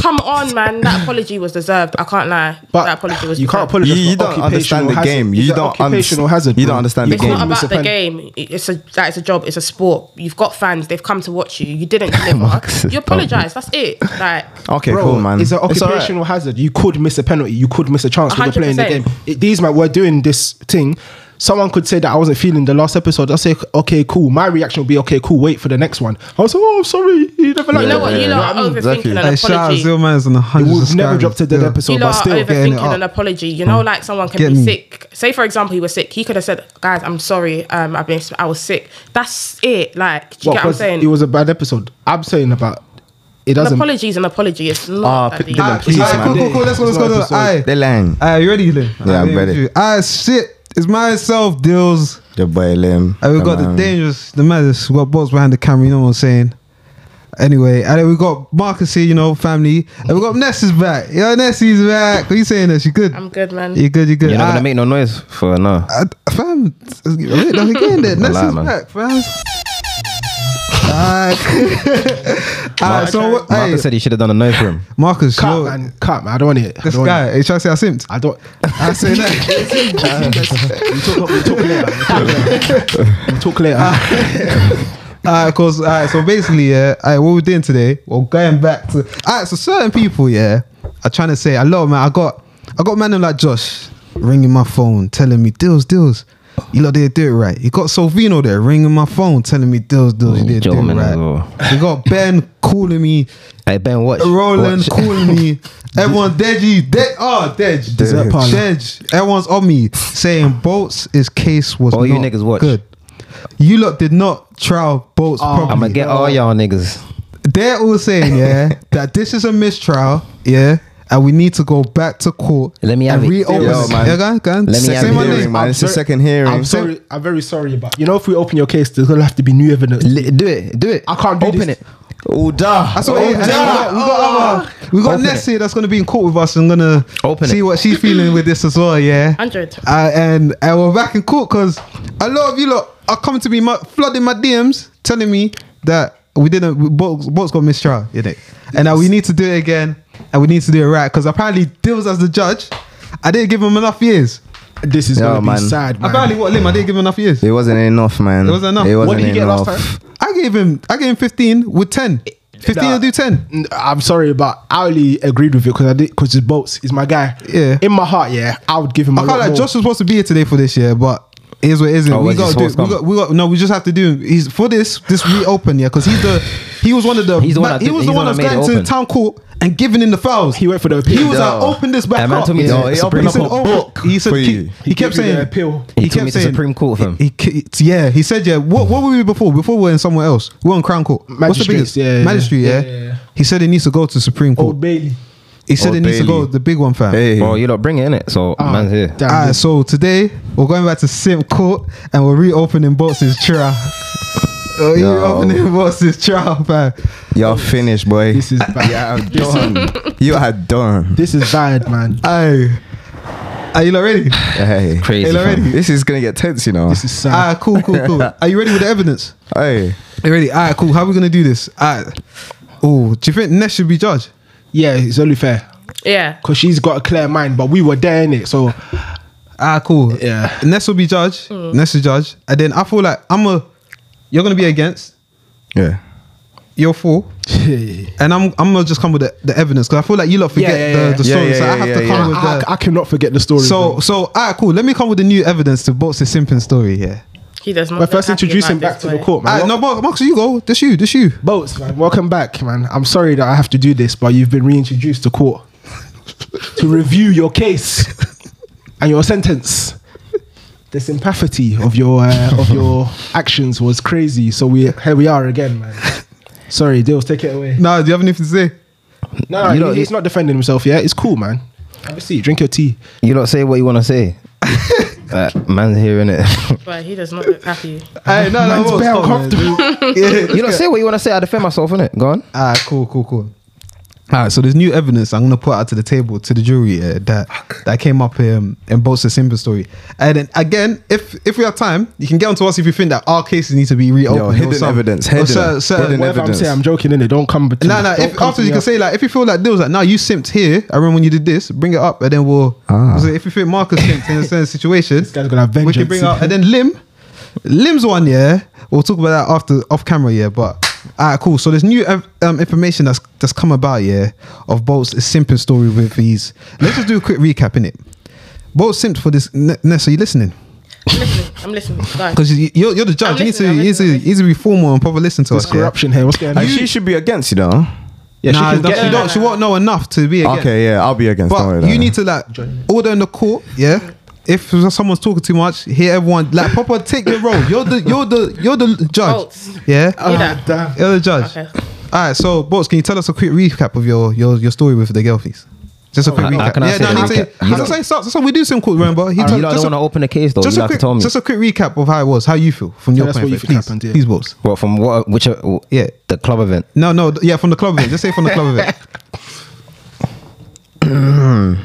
Come on, man. That apology was deserved. I can't lie.
But
that apology was
you can't
deserved.
apologize.
You- you
for
don't
occupational
understand the
hazard.
game.
It's
You
an
don't understand-
occupational hazard.
you don't
bro.
understand the
It's
game.
not
Miss
about
a
the
pen.
game. It's a that is a job. It's a sport. You've got fans. They've come to watch you. You didn't deliver.
Marcus is
you apologise. That's it. Like
Okay,
Bro,
cool, man.
It's an
all right.
occupational hazard. You could miss a penalty. You could miss a chance. when You're playing the
100%.
game. It- these man were doing this thing. Someone could say that I wasn't feeling the last episode. I say, okay, cool. My reaction would be, okay, cool. Wait for the next one. I was like, oh, I'm sorry. You never like
you know what?
yeah,
You
yeah.
lot are
Yeah, I mean, exactly.
overthinking
Hey,
an
shout out
apology.
Zero Manners and the hundreds of
We've never
subscribers.
dropped a dead
Yeah.
episode,
You
but
lot are
still.
getting it
overthinking an
up.
apology. You know, like someone can
Getting-
be sick. Say, for example, he was sick. He could have said, "Guys, I'm sorry. Um, I've been. I was sick." That's it. Like, do you
Well,
get what I'm
'cause It
saying?
was a bad episode. I'm saying about it
An
doesn't.
apology is an apology. It's
Ah,
not. that
p-
deep.
Dylan, please,
Alright, cool,
man.
cool, cool. Let's go, let's go.
Episode.
Aye.
They're lying.
Are you ready, Lynn?
Yeah, I'm ready.
Ah, shit. It's myself, deals.
Your boy Lim.
And Oh, we got the
man.
dangerous, the madness. We got balls behind the camera. You know what I'm saying? Anyway, and then we got Marcus here. You know, family. And we got Ness is back. Yo, Nessie's back. What you saying? Ness, you good?
I'm good, man.
You good? You good?
You're
Ah,
not gonna make no noise for no.
I, fam, let's get rid of it again. Then Ness
lie,
is
man.
back, fam. Alright, Alright, so what? Hey,
Marcus said he should have done a noise for him.
Marcus,
Cut,
yo,
man. Cut, man. I don't want it. I
this
don't want it.
guy, he trying to say I simped.
I don't.
I say that.
We talk, we talk later. We talk later. We talk later.
Alright, cause alright, so basically, yeah, alright, what we're doing today, we're going back to alright, so certain people, yeah, are trying to say a lot, man. I got I got man like Josh ringing my phone, telling me deals, deals. You lot didn't do it right. You got Silvino there ringing my phone, telling me deals, deals. You didn't do it
Gentlemen Oh, as well.
right. You got Ben calling me,
Hey Ben, watch.
Roland
watch.
calling me. Everyone, Deji, De- oh, Dej,
Dej.
Dej. Everyone's on me saying Bolts' his case was
All you
not
niggas watch.
good. You lot did not trial Bolts properly.
I'ma get all y'all niggas.
They're all saying, yeah, that this is a mistrial, yeah, and we need to go back to court.
Let me have
and
it.
reopen
Yo,
it.
man.
Yeah, go on, go on.
Let me
Say-
have
say
it.
my
Hearing,
name.
man. It's the second hearing.
I'm sorry. I'm very sorry, but you know, if we open your case, there's gonna have to be new evidence.
Li- do it, do it.
I can't do
Open
this.
it. Oh, duh.
That's what it is. And then we got, we got, other- we got
Open
Nessie that's going to be in court with us and going to
Open
see
it.
what she's feeling with this as well, yeah?
100.
Uh, and, and we're back in court because a lot of you lot are coming to me, my, flooding my DMs, telling me that we didn't, we- Bolts, Bolts got mistrial, you know? And that we need to do it again and we need to do it right because apparently Dills as the judge, I didn't give him enough years.
This is
Yeah,
gonna
man.
be sad, man.
Apparently, what Lim, I didn't give him enough years.
It wasn't enough, man.
It wasn't enough.
It
What
wasn't
did he get last
enough.
time?
I gave him, I gave him 15 with 10. 15
Nah.
to do 10.
N- I'm sorry, but I only agreed with it because I did because his bolts is my guy.
Yeah.
in my heart, yeah, I would give him. a
I
lot
can't like
more.
Josh was supposed to be here today for this year, but here's what it isn't.
Oh,
we
was he
got to do.
supposed to
We
come?
got, we got. No, we just have to do. He's for this. This reopen, yeah, because he's the. He was one of the.
He's the one
man-
that
he
did-
was
he's
the
the
one that was
one that made
going
it
to
open.
town court and giving in the fouls.
he went for the appeal.
He was like,
Yo.
open this back
That man
up.
told me
Yeah.
to-
He
to
said,
bring up a
"Open."
book
He said
for
keep-
you.
he kept
Give you the
saying
appeal.
He took me to Supreme Court for him.
He, he, yeah, he said yeah. What what were we before? Before we were in somewhere else. We were on Crown Court. What's the
Magistrates,
biggest?
yeah, yeah,
Magistrate,
yeah.
yeah.
Yeah, yeah, yeah.
He said it needs to go to Supreme Court.
Old Bailey.
he said
Old
it needs to go
Bailey.
the big one, fam.
Hey,
Bro, you lot bring it in it. So
Ah,
man's here.
damn,
Alright,
this-
so today we're going back to Simp Court and we're reopening Box's trial. We're
Yo.
reopening Box's trial, fam.
y'all finished, boy.
This is bad.
yeah, I'm done. you are done.
This is bad, man.
Aye. Are you not ready?
Hey,
Crazy.
Hey, already?
fam.
This is gonna get tense, you know.
This is sad.
Alright, cool, cool, cool. Are you ready with the evidence?
Hey,
You ready? Alright, cool. How are we gonna do this? Alright. Oh, do you think Ness should be judged?
yeah, it's only fair
Yeah.
because she's got a clear mind, but we were there in it, so
Ah, cool.
Yeah.
Ness will be judge.
Mm.
Ness is judge. And then I feel like I'm a. You're gonna be against.
Yeah.
You're for. And I'm I'm gonna just come with the, the evidence because I feel like you lot forget
yeah, yeah.
the, the
Yeah,
story,
yeah,
so I
yeah,
have to
yeah,
come
yeah.
with
I,
the.
I cannot forget the story.
so
bro.
so ah cool. Let me come with the new evidence to box the simping story here.
He does not.
but
look
first,
happy
introduce
about
him back
this
to the
boy.
court, man.
Ah,
Wel-
no, Mark, Mark, you go. This you. This you.
Boats, man. Welcome back, man. I'm sorry that I have to do this, but you've been reintroduced to court to review your case and your sentence. The sympathy of your uh, of your actions was crazy, so we here we are again, man. Sorry, Dales, take it away.
Nah, do you have anything to say?
No,
You
he-
don't-
he's not defending himself. Yeah, it's cool, man. Have a seat, drink your tea.
You lot say what you want to say. uh, man's here, innit?
But he does not look happy.
Hey, no,
Man's
no,
bare
no,
you lot say what you want to say. I defend myself, innit? Go on.
Ah, cool, cool, cool. All right, so there's new evidence I'm gonna put out to the table to the jury uh, that that came up um, in both the Simba story, and then again, if if we have time, you can get onto us if you think that our cases need to be reopened.
Yo,
or
hidden
some-
evidence,
or
hidden-
cer- certain-
hidden
Whatever I'm
evidence.
saying, I'm joking in it. Don't come between.
No, no.
don't
If
come
after
to
you
me
can
up-
say like, if you feel like deals like, now you simped here. I remember when you did this. Bring it up, and then we'll.
Ah.
So if you think Marcus simped in a certain situation, this
guy's gonna have
We can
vengeance.
bring up, and then Lim, Lim's one. Yeah, we'll talk about that after off camera. Yeah, but. Alright, cool. So there's new ev- um, information that's that's come about, yeah, of Bolt's simping story with these. Let's just do a quick recap, innit? Bolt simped for this. N- Ness, are you listening?
I'm listening. I'm listening. Go.
Because you, you're, you're the judge.
I'm
You need to,
listening,
you
I'm
need to,
listening.
you need to be formal and proper listen to
There's
us. yeah?
corruption here. What's going on?
And she should be against you, though.
yeah,
nah,
she
she,
can get.
No, no,
don't, she
no.
won't know enough to be against.
Okay, yeah, I'll be against. don't worry
But
about
you
it.
need to like order in the court, yeah. If someone's talking too much, hear everyone like proper take your role. You're the you're the you're the judge,
Bolts.
yeah.
You know.
damn.
You're the judge.
Okay.
All right, so Bots, can you tell us a quick recap of your your, your story with the girl, please? Just a
Oh,
quick
how-
recap.
how can I
yeah,
say
no, I need to.
recap? You
That's
don't-
how it starts. That's how we do some court. Remember, he
you lot
just a-
don't want to open a case, though.
just a
You lot have
quick,
to tell me.
just a quick recap of how it was, how you feel from your
us
point
what
of
you
view,
think
please.
happened, yeah.
Please, Bots.
What from what? Which? Uh,
Yeah.
the club event.
No, no, th- yeah, from the club event. Just say from the club event.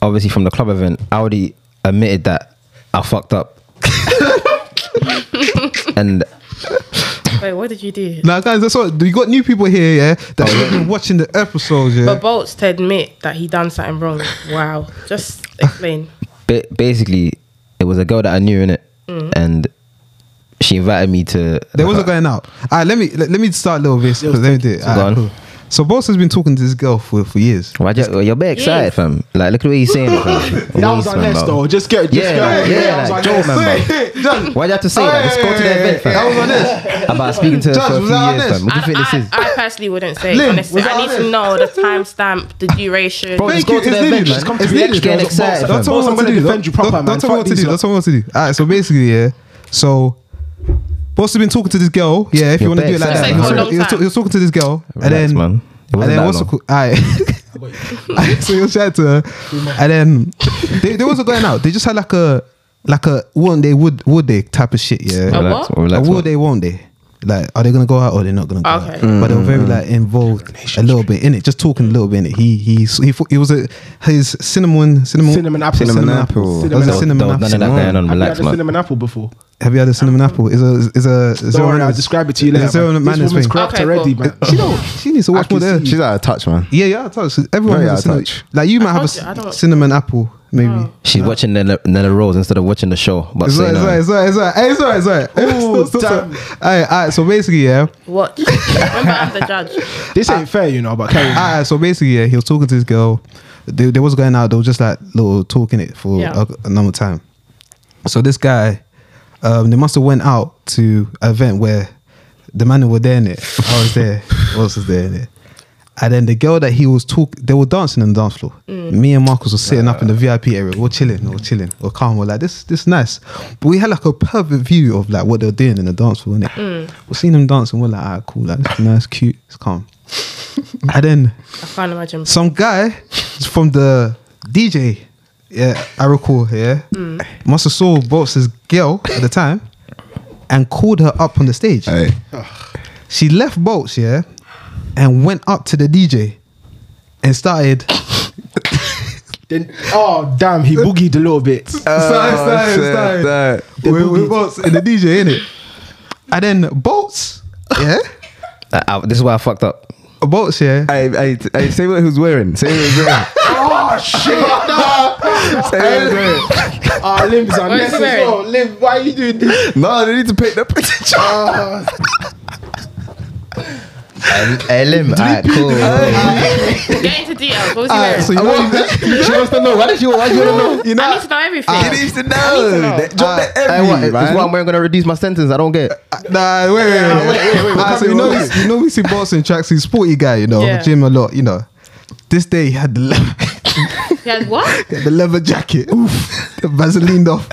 Obviously, from the club event, I already admitted that I fucked up, and
Wait, what did you do?
Now, guys, that's what you got. New people here, yeah,
Oh,
that have been watching the episodes, yeah.
But Bolts to admit that he done something wrong. Wow. Just explain.
ba- basically, it was a girl that I knew in it, and she invited me to.
They wasn't going out. All right, let me let, let me start a little bit. 'cause Let me do it.
Go
Alright,
on.
cool. So boss has been talking to this girl for for years.
Why you, you're very excited, fam. Like, look at what he's saying. it, fam.
That was our
Waste, man,
next
bro.
though. Just get, just
Yeah,
get.
like, yeah, like, Joe, man, bro. Why'd you have to say that? Just go to the event, fam.
That was on this.
About speaking to her
Judge,
for a
was
few
that on
years,
this?
fam. What do
I,
you think this is?
I, I personally wouldn't say,
Lynn,
honestly.
was
I
that
need to
honest?
know the timestamp, the duration.
Bro,
Thank
just
you.
go to
It's
the
needed, man.
event, man.
It's needed,
It's literally
bro.
getting excited,
Don't
fam.
tell me what to
Somebody
do.
defend you
Don't-
proper, man.
Don't tell me
Fuck
what to do.
these
Don't tell me what to do. All right. So basically, yeah. So. Boss has been talking to this girl. Yeah, if you
You're
want to do it
back,
like that,
son. Say
he
for a
was,
long
he was
time.
he was talking to this girl, and
Relax,
then
man. It
and
wasn't
then
that
what's the cool?
long.
Alright. so you chatting to her, uh, and then they, they wasn't going out. They just had like a like a won't they would would they type of shit. Yeah,
A
Relax,
what?
bro,
like,
relax,
will
man.
they, won't they? Like, are they gonna go out or they're not gonna go out?
Okay. Mm.
But they were very like involved a little bit in it, just talking a little bit in it. He he he, fo- it was a his cinnamon cinnamon
Cinnamon apple.
Cinnamon apple.
That was a cinnamon
There
Cinnamon
was
apple.
none of that going on.
Have you had
Relax,
a
man.
cinnamon apple before?
Have you had a cinnamon apple? Is a is a is
Don't worry, I'll describe it to you later.
Zero
man.
manners
This woman's
thing.
corrupt
Okay,
already,
cool.
man.
She don't. She needs to
I
watch
can
more there.
see- She's out of touch, man.
Yeah, yeah, I touch. Everyone has
Very
a
out
cinnamon.
of touch.
Like you might
I
have a
told you, I don't-
c- cinnamon apple, maybe.
Oh.
She's watching Nella, Nella Rose instead of watching the show. But
It's
so you
alright,
know.
it's alright, it's alright, it's alright, it's alright.
Ooh,
Stop, stop, stop.
damn.
Alright, alright. So basically, yeah.
Watch. Remember, I'm the judge.
This
Ah.
ain't fair, you know. But carry on.
Alright, so basically, yeah, he was talking to this girl. They, they was going out. They were just like little talking it for
Yeah.
a, a number of time. So this guy, um, they must have went out to an event where the man who were there in it. I was there. What else was there in it? And then the girl that he was talk, they were dancing on the dance floor. Me and Marcus were sitting up in the VIP area. We We're chilling, we we're chilling, we we're calm. we We're like, this, this nice. But we had like a perfect view of like what they were doing in the dance floor. Innit? We're seeing them dancing. We're like, ah, cool, like this is nice, cute, it's calm. and then
I can't imagine.
some guy from the DJ, yeah, I recall, yeah, must have saw Bolts' girl at the time and called her up on the stage.
Hey.
She left Bolts, yeah, and went up to the DJ and started.
Then, oh damn, he boogied a little bit.
Ah.
started, started,
Oh, shit,
started
that.
With, with Bolts and the DJ, in it. And then Bolts, yeah,
I, I, this is why I fucked up.
Bolts, yeah.
Hey, hey, t- hey, say what he was wearing. Say what he was wearing.
oh shit! Our limbs are
What is he wearing?
necessary. Limb, why are you doing this?
No, they need to paint their picture.
Hey, Lim, alright, cool.
Get into details. What was he
Alright,
wearing?
so you know,
she wants to know. Why did she? Why do you want to know?
you know,
I Uh, need to know everything.
you need to know. They- Drop
Uh,
the
hey,
every,
what, is
man.
what I'm wearing gonna reduce my sentence? I don't get.
Nah, wait, wait, wait. Ah, so you know, we, you know, we see Boston Tracks. He's sporty guy, you know,
Yeah.
gym a lot, you know. This day he had the leather,
Yeah, what?
he had the leather jacket, oof, the Vaseline off.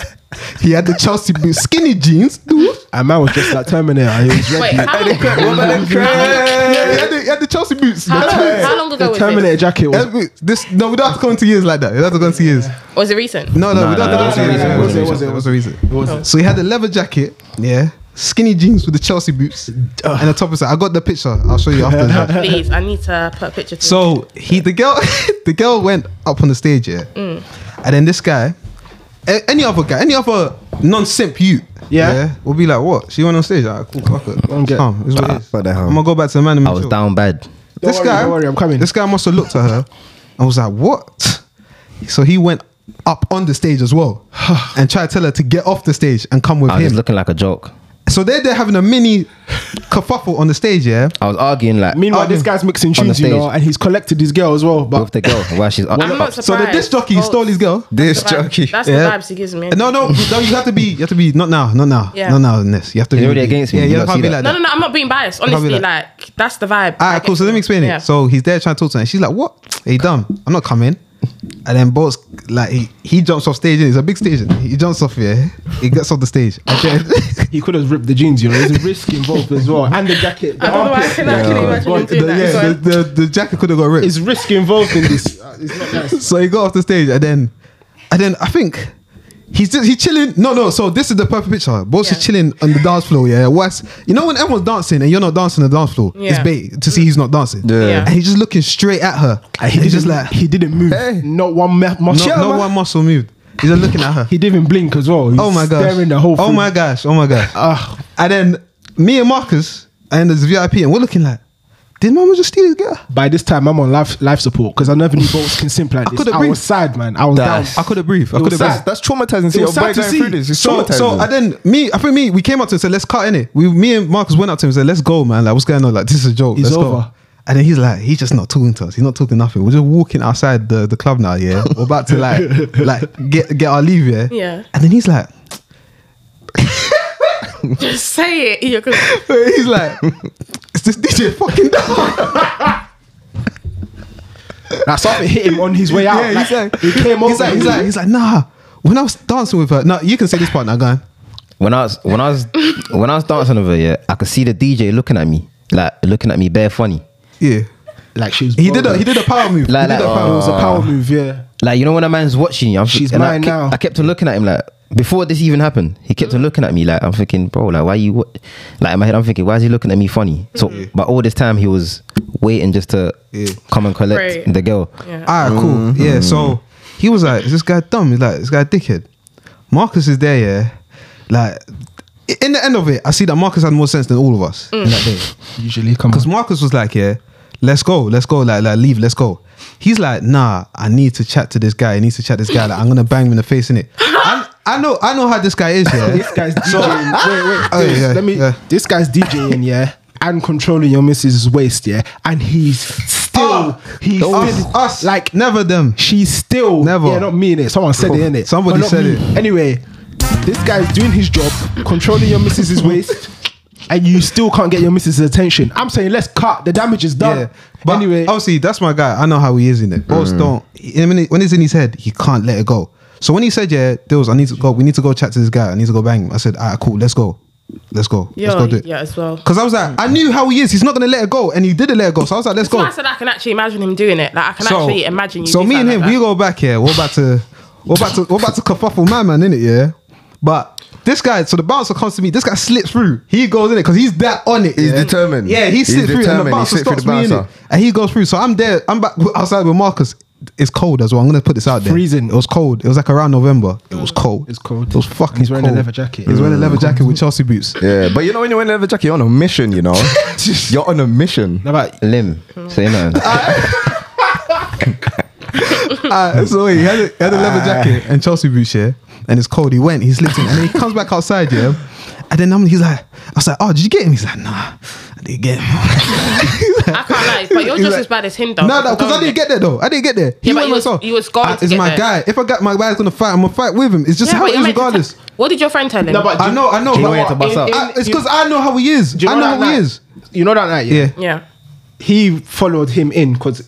He had the Chelsea boots, skinny jeans, dude.
And man was just like Terminator. He was
Wait,
ready.
how long, how,
Yeah, he had the, he had the Chelsea boots.
long,
The
how long ago
The
was
Terminator
this?
jacket was.
Chelsea boots. This no, we don't have to go into years like that. We don't have to go into years.
Or was it recent?
No, no,
Nah,
we don't
nah,
have to
nah,
go
nah, nah,
into
nah,
years.
nah, nah,
was a reason. So he had the leather jacket, yeah, skinny jeans with the Chelsea boots, and the top is. I got the picture. I'll show you after that.
Please, I need to put a picture. To
So he, the girl, the girl went up on the stage, yeah,
Mm.
and then this guy, a- any other guy, any other non-simp you,
Yeah.
will be like, what? She went on stage, ah, cool, fuck it,
Don't get- Ah,
Calm, it's what it is.
What the hell?
I'm gonna go back to the man. And
I was
chill.
down bad.
Don't
This
worry,
guy,
don't worry, I'm coming.
This guy must have looked at her and was like, what? So he went up on the stage as well and tried to tell her to get off the stage and come with
I was
him.
just looking like a joke.
so they're there having a mini kerfuffle on the stage, yeah.
I was arguing like
Meanwhile,
Um,
this guy's mixing
on the
tunes, you know,
stage.
and he's collected his girl as well.
with
But
the girl while she's.
I'm not surprised.
So the disc jockey
Oh,
stole his girl.
This
that's the vibe-
jockey.
That's
Yeah.
the vibes he gives me.
No, no, no. You have to be. You have to be. Not now. Not now.
Yeah.
Not now. In this, you have to.
He's
be,
already against me,
Yeah,
you
you have
don't
to
see
be like
that.
No,
that.
no, no. I'm not being biased. Honestly,
Probably
like,
like-
that's the vibe.
All right, cool. So let me explain
Yeah.
it. So he's there trying to talk to her. And she's like, "What? Are you dumb? I'm not coming." And then Bolt's like, he, he jumps off stage. It's a big stage. innit? He jumps off here. He gets off the stage. And then-
he could have ripped the jeans, you know. There's a risk involved as well, and the jacket. The
I don't know why I
armpit.
can actually imagine him
the,
doing that. Go
yeah,
on.
the, the, the jacket could have got ripped.
There's risk involved in this. Uh, It's not nice.
So he got off the stage, and then, and then I think he's just he's chilling. No, no. So this is the perfect picture. Boss
Yeah.
is chilling on the dance floor. Yeah, West. You know when everyone's dancing and you're not dancing on the dance floor, it's
Yeah.
bait to see he's not dancing.
Yeah.
Yeah.
And he's just looking straight at her. And he's just like
he didn't move.
Hey.
Not one me- muscle.
no,
Yeah,
no
man.
one muscle moved. He's just looking at her.
He didn't even blink as well. He's
oh my gosh.
Staring the whole.
oh
thing.
my gosh. Oh my gosh.
Ah.
and then me and Marcus and this VIP and we're looking like, did mama just steal his girl?
By this time, I'm on life life support because I never knew bolts can simp like
I
this.
could've
I
breathed.
was sad, man. I was down.
I couldn't breathe. I
It was
couldn't
sad.
breathe.
That's, that's traumatizing.
It
See your
was sad
boy
to
going
see.
through this. It's
So,
traumatizing.
so and then me, I think me, we came up to him and said, let's cut in it. We, me and Marcus went up to him and said, let's go, man. Like, what's going on? Like, this is a joke.
It's
let's
over.
go. And then he's like, he's just not talking to us. He's not talking nothing. We're just walking outside the, the club now, yeah. We're about to like like get get our leave, yeah.
Yeah.
And then he's like,
Just say it. You're good.
he's like, it's this DJ fucking dog.
Like something hit him on his way out.
Yeah, he's
like,
like,
he came over.
He's like, he's like, he's like, nah. When I was dancing with her, no, you can say this part now, guy.
when I was when I was when I was dancing over here, I could see the DJ looking at me, like looking at me bare funny.
Yeah.
like she was.
He did a he did a power move.
Like
he did
that.
a
It
power
was a power move. Yeah.
Like you know when a man's watching you, I'm
She's
and I
mine
kept,
now.
I kept on looking at him like before this even happened. He kept on looking at me like I'm thinking, bro, like why you what? Like in my head, I'm thinking, why is he looking at me funny? So, but all this time he was waiting just to
Yeah.
come and collect
Right.
the girl.
Yeah.
Ah, cool. Yeah. So he was like, "Is this guy dumb?" He's like, "This guy a dickhead." Marcus is there, yeah. Like in the end of it, I see that Marcus had more sense than all of us
Mm.
in that day
Usually, come
because
on.
Marcus was like, "Yeah, let's go, let's go, like, like leave, let's go." He's like, "Nah, I need to chat to this guy. I need to chat to this guy. Like, I'm gonna bang him in the face in it." I, I know, I know how this guy is. Yeah.
This guy's DJing. wait, wait.
Oh,
this-
yeah,
let me.
yeah.
This guy's DJing. Yeah. And controlling your missus' waist, yeah, and he's still,
Oh,
he's
us,
still,
us, like
like
never them.
She's still
Never.
Yeah, not me in it. Someone said it in it.
Somebody said it.
Anyway, this guy's doing his job, controlling your missus's waist, and you still can't get your missus's attention. I'm saying let's cut. The damage is done.
Yeah. But
anyway,
obviously, that's my guy. I know how he is in it. Boss don't. he- I mean, when it's in his head, he can't let it go. So when he said, "Yeah, Dills, I need to go. We need to go chat to this guy. I need to go bang." him," I said, "All right, cool. Let's go. Let's go. let's
Yeah,
go do it."
yeah, as well.
Because I was like, I knew how he is. He's not gonna let it go, and he didn't let it go. So I was like, "Let's
That's why I
go."
said I can actually imagine him doing it. Like I can actually imagine you.
So
do
me and
something
him,
like
we
that.
go back here. We're about to, we're about to, we're about to kerfuffle my man in it, yeah. But this guy, so the bouncer comes to me. This guy slips through. He goes in it because he's that on it.
He's
yeah?
determined.
Yeah, he
He's
slips through, and
determined.
the
He
bouncer
slipped through
stops
the
me in it,
bouncer.
and he goes through. So I'm there. I'm back outside with Marcus. It's cold as well. I'm gonna put this out there.
Freezing. Mm.
It was cold. It was like around November. It was cold.
It's cold.
It was
And
fucking.
he's wearing a
cold.
leather jacket. Mm.
He's wearing a leather jacket with Chelsea boots.
yeah, but you know when you're wearing leather jacket, you're on a mission. You know, you're on a mission.
Now, but
Lim, say nothing.
Uh, so he had a, he had a leather jacket and Chelsea boots, yeah. And it's cold. He went, he slipped in, and then he comes back outside, yeah. And then I'm, he's like, I was like, oh, did you get him? He's like, nah, I didn't get him. He's like-
I can't lie, but you're
he's
just
like-
as bad as him, though.
No, no, because I
Don't
didn't get there though. I didn't get there. He
Yeah, but
went
you was-
myself.
you was going
Ah,
to
It's
get
my
there.
guy. If I got my guy's gonna fight, I'm gonna fight with him. It's just
Yeah,
how
but
it
you're
is
meant to
regardless.
ta- what did your friend tell him?
No, but-
I know, I know.
Do you
but
know
I-
what?
to bust
In-
up.
in-
I- it's
you-
because I know how he is.
Do you
I know
that
how he
night-
is.
You know that night, yeah.
Yeah.
yeah,
He followed him in because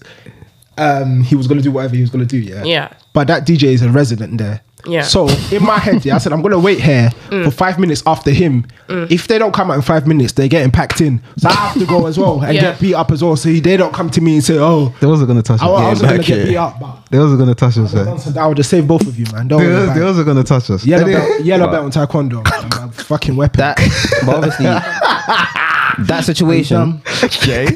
um, he was gonna do whatever he was gonna do, yeah.
Yeah.
But that DJ is a resident there.
Yeah. Mm.
So in my head, yeah, I said I'm gonna wait here for five minutes after him. If they don't come out in five minutes, they're getting packed in. So I have to go as well and
Yeah.
get beat up as well. So they don't come to me and say, "Oh,
They wasn't gonna touch
I,
us.
I was
Yeah,
gonna
back
get
here.
beat up." But
They wasn't gonna touch us.
I
man.
said, I would have saved both of you, man. Don't
They
worry
was-
about
they
it."
wasn't gonna touch us.
Yellow,
And they-
belt, yellow belt and taekwondo, man, my fucking weapon.
That, but obviously, that situation,
Okay.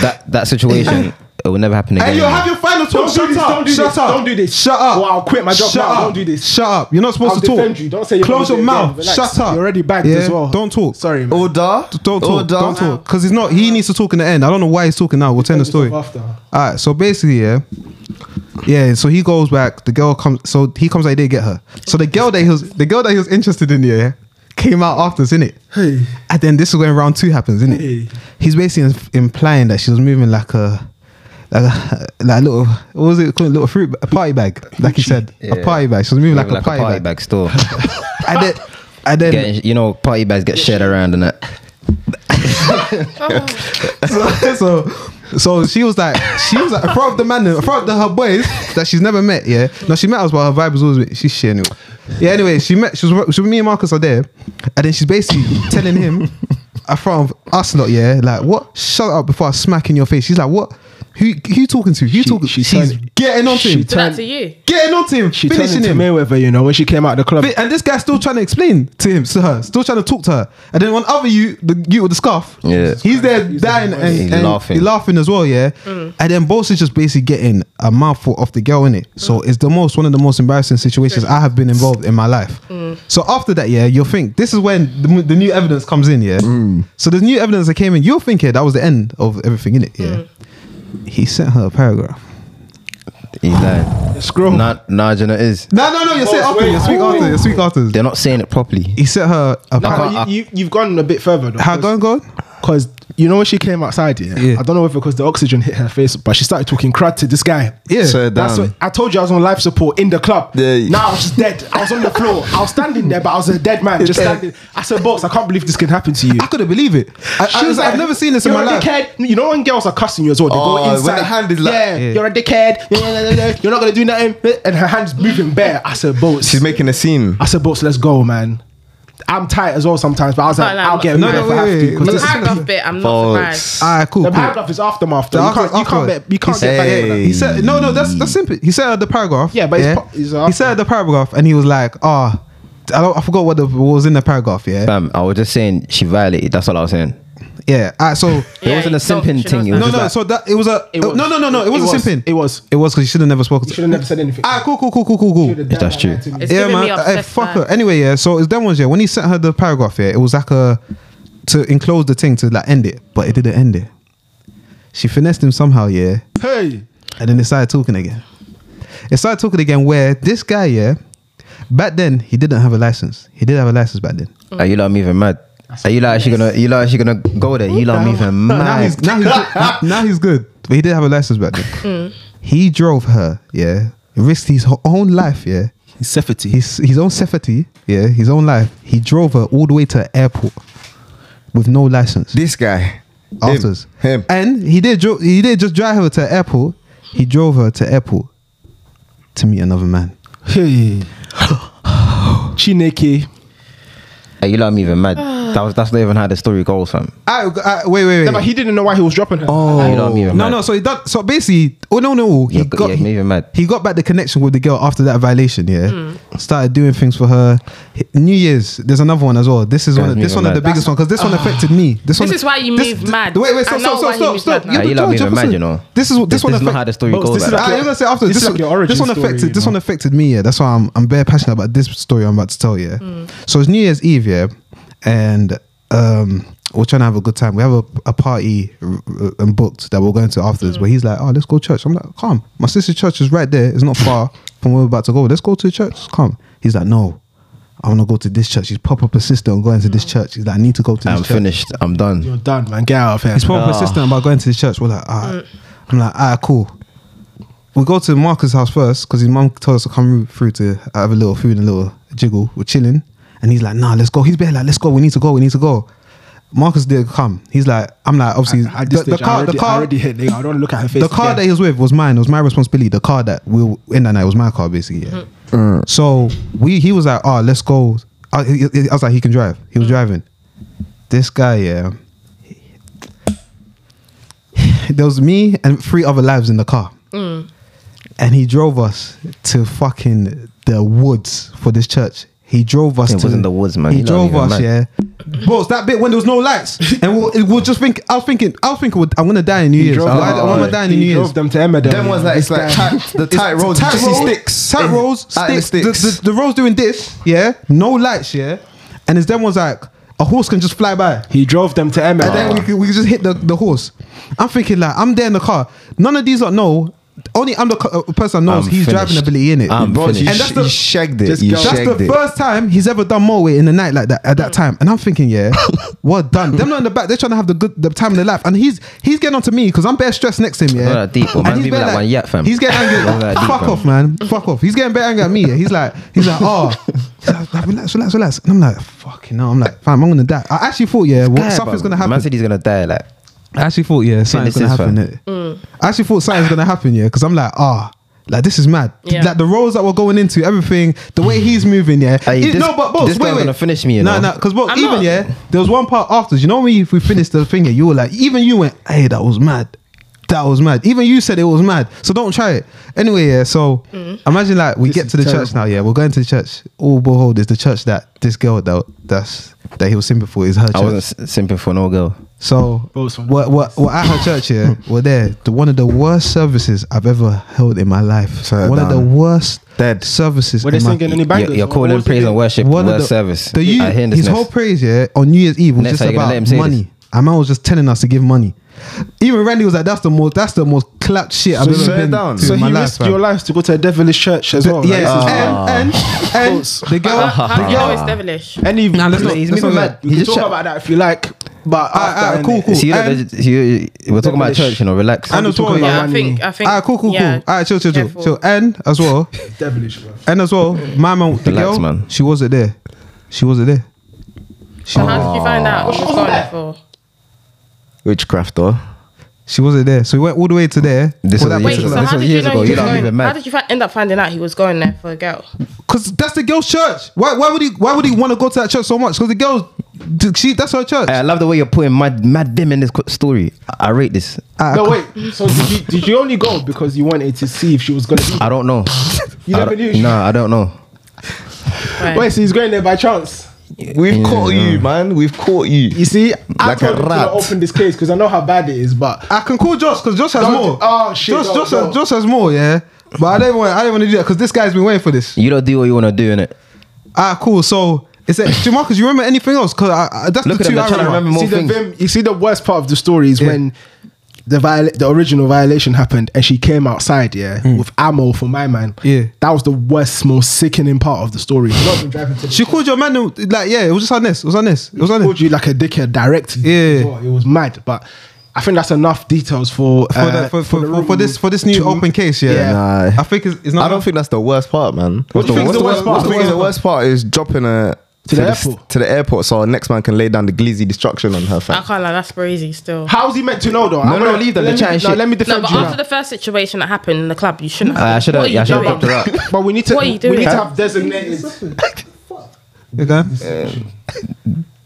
that that situation, it will never happen again.
Hey, yo, have your final talk.
Don't do
shut
this,
up.
don't do
shut
this,
up.
don't do this.
Shut up.
Or I'll quit my job
Shut
now,
up.
don't do this.
Shut up. You're not supposed
I'll
to talk.
defend you. Don't say you're
Close
gonna
your
do it again.
mouth.
Relax.
Shut up.
You're already bagged
yeah?
as well.
Don't talk.
Sorry, man.
Order.
Don't talk.
Order.
Don't talk. Because he's not. He needs to talk in the end. I don't know why he's talking now. We'll tell the story.
yourself after.
All right. So basically, yeah, yeah. So he goes back. The girl comes. So he comes. I did get her. So the girl that he was, the girl that he was interested in, yeah, came out after, us, innit?
Hey.
And then this is when round two happens, isn't it?
Hey.
He's basically inf- implying that she was moving like a. Like a, like a little, what was it called? Little fruit, a party bag, like he said, a
Yeah.
party bag. She was moving like, a party,
bag,
bag.
store.
And then, and then,
Getting, you know, party bags get shared around and that.
so, so so she was like she was like in front of the man in front of the, her boys that she's never met yeah no she met us but her vibe was always a bit- she's shit anyway yeah anyway she met she was she, me and Marcus are there and then she's basically telling him in front of us lot yeah like what shut up before I smack in your face she's like what who who you talking to who you talking
she
she's
turned-
getting on to
she
him
Did that
turned-
to you?
getting on to him
She turned
finishing
into
him
Mayweather, you know, when she came out of the club.
Bit- and this guy's still trying to explain to him, to her, still trying to talk to her. And then one other you, the you with the scarf,
Yeah.
he's there dying and,
He's
and
laughing.
he's laughing as well, yeah. And then boss is just basically getting a mouthful off the girl in it. So it's the most one of the most embarrassing situations I have been involved in my life. So after that, yeah, you'll think this is when the, m- the new evidence comes in, yeah.
Mm.
So the new evidence that came in, you'll think yeah, that was the end of everything in it, yeah. He sent her a paragraph.
He's lying.
Oh.
Scroll.
Nah, nah, do you know it is.
No, no, no, you're saying
Boss,
after,
wait.
you're speak after, you're speak after.
They're not saying it properly.
He sent her a
Nah,
paragraph.
but you, you, you've gone a bit further.
How going, going?
Because you know when she came outside, yeah,
Yeah.
I don't know whether because the oxygen hit her face, but she started talking crud to this guy.
Yeah.
So
That's
damn.
what I told you. I was on life support in the club.
Yeah.
Now I was just dead. I was on the floor. I was standing there, but I was a dead man, just
dead.
standing. I said, "Boss, I can't believe this can happen to you."
I couldn't believe it. I, I, was like, I've never seen this in
"You're
my
a
life.
Dickhead. You know when girls are cussing you as well, they
Oh,
go
when
inside.
the hand is like-
yeah,
Yeah.
you're a dickhead. Yeah, yeah, yeah, yeah. You're not gonna do nothing. And her hand's moving bare. I said, "Boss,
She's making a scene.
I said, "Boss, let's go, man." I'm tight as well sometimes, but I was like,
Can't lie,
"I'll
I'm
get
not- No,
moved if
no,
I have
wait, wait,
to." 'cause
wait.
The
this-
paragraph bit, I'm not surprised.
Ah, cool.
The
cool.
paragraph is aftermath. Though.
The
You can't, you can't,
aftermath.
get, you can't get back
Hey.
at that.
He said, no, no, that's that's simple. He said the paragraph.
Yeah, but it's po- it's
he said the paragraph, and he was like, ah, I, don't, I forgot what, the, what was in the paragraph. Yeah,
Fam, I was just saying she violated. That's all I was saying.
yeah. Ah, so
There wasn't a
don't-
simping
she
thing,
knows
it was
no,
that.
just
no.
like-
so that it was a
It was.
no, no, no, no. It
It
wasn't
was.
simping.
It was.
It was because you should have never spoken.
Should have never said anything.
Ah, cool, cool, cool, cool, cool, cool.
Should've done
that's
that
true.
to me.
It's giving me
Hey,
upset
fuck
vibes.
her. Anyway, yeah. So it's them ones. Yeah, when he sent her the paragraph, yeah, it was like a to enclose the thing to like end it, but it didn't end it. She finessed him somehow. Yeah,
Hey,
and then they started talking again. It started talking again where this guy, yeah, back then he didn't have a license. He did have a license back then.
Are you like moving mad? Are you like actually gonna? You like actually gonna go there? You like moving
Now
mad?
he's now he's good. now he's good, but he did have a license back then. He drove her, yeah, risked his ho- own life, yeah,
he's Sefety.
his his own safety, yeah, his own life. He drove her all the way to the airport with no license.
This guy.
Afters.
Him. him.
And he did dro- he did just drive her to the airport. He drove her to the airport to meet another man.
Hey, Chineke.
Are you like moving mad? That was that's not even how the story goes, fam.
I, I, wait, wait,
No,
wait.
but he didn't know why he was dropping her.
Oh.
Oh.
Are you like moving
No,
mad?
no. So he done, so basically, oh no, no. He
Yeah,
got
yeah,
he,
maybe mad.
he got back the connection with the girl after that violation. Yeah,
Hmm.
started doing things for her. H- New Year's, there's another one as well. This is
Guys,
one. Of, this
moving
one of
mad.
the biggest one because this one affected me. This, one,
Ah. is why you
this-
move mad.
Wait, wait, stop,
I know
stop, stop,
why you
stop,
move
stop.
mad now.
Are
the
you like
judge,
moving mad?
officer.
You know.
This is this,
This
one.
is not
affect-
how the story
Bro,
goes.
this is
like that.
like
Ah,
your-
you're gonna say after
this
this,
is like your origin
this one
story,
affected
you
this
know.
one affected me yeah that's why I'm, I'm very passionate about this story I'm about to tell yeah so it's New Year's Eve yeah and um we're trying to have a good time. We have a, a party r- r- and booked that we're going to afterwards. But he's like, oh, let's go to church. I'm like, come. My sister's church is right there. It's not far from where we're about to go. Let's go to the church. Come. He's like, no. I want to go to this church. He's pop up persistent on going to this church. He's like, I need to go to this
I'm
church.
finished. I'm done.
You're done, man. Get out of here.
He's probably persistent about going to the church. We're like, ah. I'm like, ah, cool. We go to Marcus' house first because his mum told us to come through to have a little food and a little jiggle. We're chilling. And he's like, nah, let's go. He's bare like, let's go. We need to go. We need to go. Marcus did come. He's like, I'm like, obviously,
At this
the, the
stage, I
car,
already,
the
I
car,
already hit. nigga. I don't look at her face.
the car that
again.
he was with was mine. It was my responsibility. The car that we were in that night was my car, basically. Yeah. So we, he was like, "Oh, let's go." I, I- I was like, "He can drive." He was driving. This guy, yeah. There was me and three other lives in the car, and he drove us to fucking the woods for this church. He drove us.
It
to,
wasn't the woods, man.
He
You're not
drove
even
us,
mad.
yeah. Bro, it's that bit when there was no lights, and we'll, we'll just think. I was thinking, I was thinking, I'm gonna die in New Year's.
drove
Why-
them-
why am I dying in New
he
Year's?
drove them to Emmerdale.
Them ones that it's like tight, the tight roads.
Tight
you see
road,
sticks.
Tight rolls,
Out in the
sticks. The, the,
sticks.
the road's doing this, yeah? No lights, yeah? And it's them ones like, a horse can just fly by.
He drove them to
And then we,
Emmerdale.
could- we could just hit the, the horse. I'm thinking like, I'm there in the car. None of these are no. Only I'm the co- uh, person that knows
I'm
he's
finished.
driving ability in it.
I'm
Bro, you,
finished.
And that's
sh-
the-
you shagged it.
Just
You
go.
That's
shagged
the
it.
first time he's ever done motorway in the night like that at that time, and I'm thinking, yeah, well done. Them not in the back, they're trying to have the good the time of their life, and he's he's getting onto me because I'm bare stressed next to him, yeah.
Not that deep, bro. Man,
he's
people
bare
like one yap, fam.
He's getting
Not
angry.
that deep,
Fuck
fam.
off, man. Fuck off. He's getting bare angry at me. Yeah. He's like, he's like, oh, he's like, relax, relax, relax, and I'm like, fucking no. I'm like, fam, I'm gonna die. I actually thought, yeah, what,
Yeah,
something's
bro.
gonna happen.
Man said he's gonna die. Like
I actually thought, yeah, something's
this
gonna
is
happen.
fun.
innit? I
Mm.
actually thought something's gonna happen, yeah, because I'm like, ah, like this is mad.
Yeah.
Like the roles that we're going into, everything, the way he's moving, yeah.
Hey,
It-
this-
no, but boss,
this
wait,
guy's
wait.
gonna finish me, you
no,
know.
no, because boss,
I'm
even
not.
yeah, there was one part afterwards. You know when we, we finished the thing, yeah, you were like, even you went, hey, that was mad. That was mad. Even you said it was mad. So don't try it. Anyway, yeah. So
Mm.
imagine like we
This
get
is
to the church
terrible.
now. Yeah, we're going to the church. All behold is the church that this girl that that's that he was seen before is her church.
I wasn't s- simping for no girl.
So
Both Oh, from-
we're, we're, we're at her church here. We're there. The, one of the worst services I've ever held in my life.
Sir,
one of the
um,
damn.
worst
Dead.
services.
Were they
in my-
singing any
You're,
bangers?
you're
What was
calling
the
praise
thing?
and worship,
One of
word
the-
service.
The youth,
I hear this.
his
next.
whole praise yeah on New Year's Eve was
Ness,
just
how you gonna let him
about
say this?
money. And man was just telling us to give money. Even Randy was like, "That's the most. That's the most clutch shit I've
So
ever
you-
been
down.
to
So
in my
he
life."
risked
fam."
your life to go to a devilish church as well.
The-
like,
yes, Ah.
this is-
and
Ah.
and and
Close.
the girl. ah,
But how, how do
the
you know
girl-
it's devilish?
Any
Nah, let's not- let's
leave
not
it
do
mad.
that.
We
He
can
just
talk
shut-
about that if you like. But
ah,
after,
ah, cool,
innit?
cool.
See, you know,
And-
there's- see, you- we're talking about church, you know. Relax.
and as well,
about
Yeah, I
yeah.
one
think
knee.
I think.
Ah, cool, cool, cool.
yeah,
All right, chill, chill, chill,
careful.
chill. And as well,
devilish, bro.
And as well, my man, the
Relax,
girl,
man.
she wasn't there. She wasn't there. She,
So how did you find out? What was going on for?
Witchcraft, though.
she wasn't there. So we went all the way to there.
This
for
was
that
a
Wait,
Years
so
ago.
particular-
This
how
was
did you
years
know
ago.
you
You're
were
not
going?
even mad.
How did you fi- end up finding out he was going there for a girl?
Cause that's the girl's church. Why, why would he? Why would he want to go to that church so much? Cause the girl, th- she that's her church.
Hey, I love the way you're putting mad, mad vim in this co- story. I, I rate this.
Ah,
No,
cool.
wait. So did you, did you only go because you wanted to see if she was gonna? Be?
I don't know.
You
I
never
don't-
knew.
No, I don't know.
Right.
Wait, so he's going there by chance.
We've caught you, man. We've caught
You
you.
see, I
Like
told
a
him
rat.
to open this case because I know how bad it is. But
I can call Josh because Josh has
Don't-
more.
oh, shit,
Josh,
no,
Josh,
no.
Has, Josh has more. Yeah, but I don't want. I don't want to do that because this guy's been waiting for this.
You don't do what you want to do in it.
Ah, cool. So it's a, Jamarcus. You remember anything else? Cause I, I, that's
Look
the
at
two
him. They're
I
trying to
remember.
remember more
see the
things.
vim, you see, the worst part of the story is
Yeah.
when the viola- the original violation happened and she came outside, yeah, with ammo for my man.
Hmm. Yeah.
that was the worst, most sickening part of the story. Not even driving to the
She called your man. and, Like, yeah, it was just on this. It was on this. It was on this.
called you like a dickhead directly.
Yeah.
as well. it was mad, but. I think that's enough details for
for,
uh,
the, for, for,
the
for, for
room
this for this new
to-
open case, yeah.
Yeah.
Nah.
I think it's, it's not.
I don't think that's the worst part, man.
What do you
What's
think is the worst part?
I think the worst part is dropping a
To the
s-
airport.
to the airport, so our next man can lay down the glizzy destruction on her.
I
Fam.
can't lie, that's crazy still.
How's he meant to know though?
No, no, leave them,
Let
they're
me,
chatting
no,
shit.
let me
No,
defend
but
you.
after the first situation that happened in the club, you shouldn't have.
I should have.
What are you
I should have
doing?
dropped her out.
but we need to.
What are you
We
doing?
need to have designated.
Okay.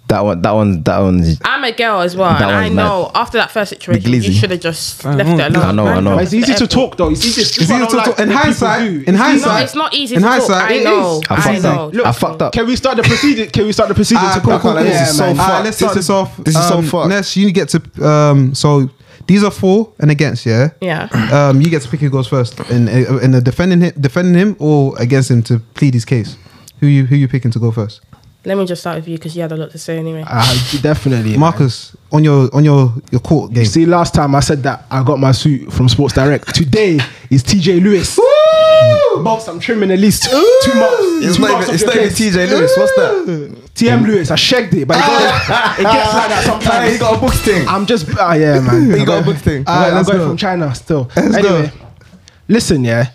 That one. That one. That one's.
I'm a girl as well,
That
and I
one's mad.
know after that first situation, you
glizzy.
should have just left it alone.
I know, I know.
Man,
But it's easy to talk though. It's easy,
It's easy to talk. In hindsight, in
It's
No,
hindsight,
it's not easy
In
to talk.
hindsight,
I
it
know.
is.
I
I
fucked
know.
up. I fucked up.
Can we start the proceeding? Can we start the proceeding?
Ah,
to
cool,
talk
cool,
about
cool.
this?
This
Yeah,
is so
man.
fucked.
Ah,
This
let's
is
start.
off.
This is so
Um,
fucked.
Ness, you get to. Um, so these are for and against. Yeah.
Yeah.
Um, you get to pick who goes first, and and defending him, defending him, or against him to plead his case. Who you who you picking to go first?
Let me just start with you because you had a lot to say anyway.
Uh, definitely. man.
Marcus, on your on your your court game.
You see, last time I said that I got my suit from Sports Direct. Today is TJ Lewis. Bobs, I'm trimming at least two months.
It's
two
not
months off
even, it's
your
not even
face.
TJ Lewis. What's that?
TM Lewis, I shagged it, but it, got- it gets like that
Nah, he
sometimes.
got a book thing.
I'm just, ah, yeah, man.
He got a book thing.
Ah,
Right,
I
let's
got it
go.
from China still.
Let's go.
anyway, listen, yeah.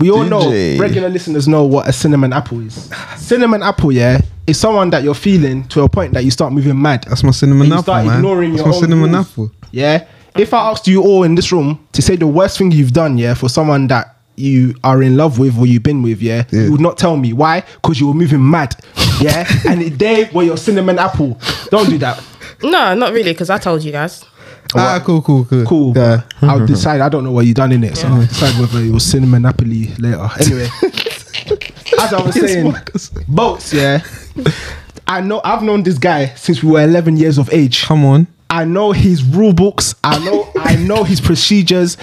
We all know,
DJ.
regular listeners know what a cinnamon apple is. Cinnamon apple, yeah, is someone that you're feeling to a point that you start moving mad.
That's my cinnamon
And you
apple,
start
man.
ignoring
That's
your
my
own
cinnamon
rules.
apple.
Yeah. If I asked you all in this room to say the worst thing you've done, yeah, for someone that you are in love with or you've been with, yeah,
Yeah.
you would not tell me. Why? Because you were moving mad. Yeah. and they were your cinnamon apple. Don't do that.
no, not really because I told you guys.
Ah, cool, cool, cool.
Cool.
Yeah.
I'll decide. I don't know what you've done in it. So I'll decide whether it was cinnamon apple later. Anyway. as I was saying, boats, yeah. I know I've known this guy since we were 11 years of age.
Come on.
I know his rule books. I know I know his procedures.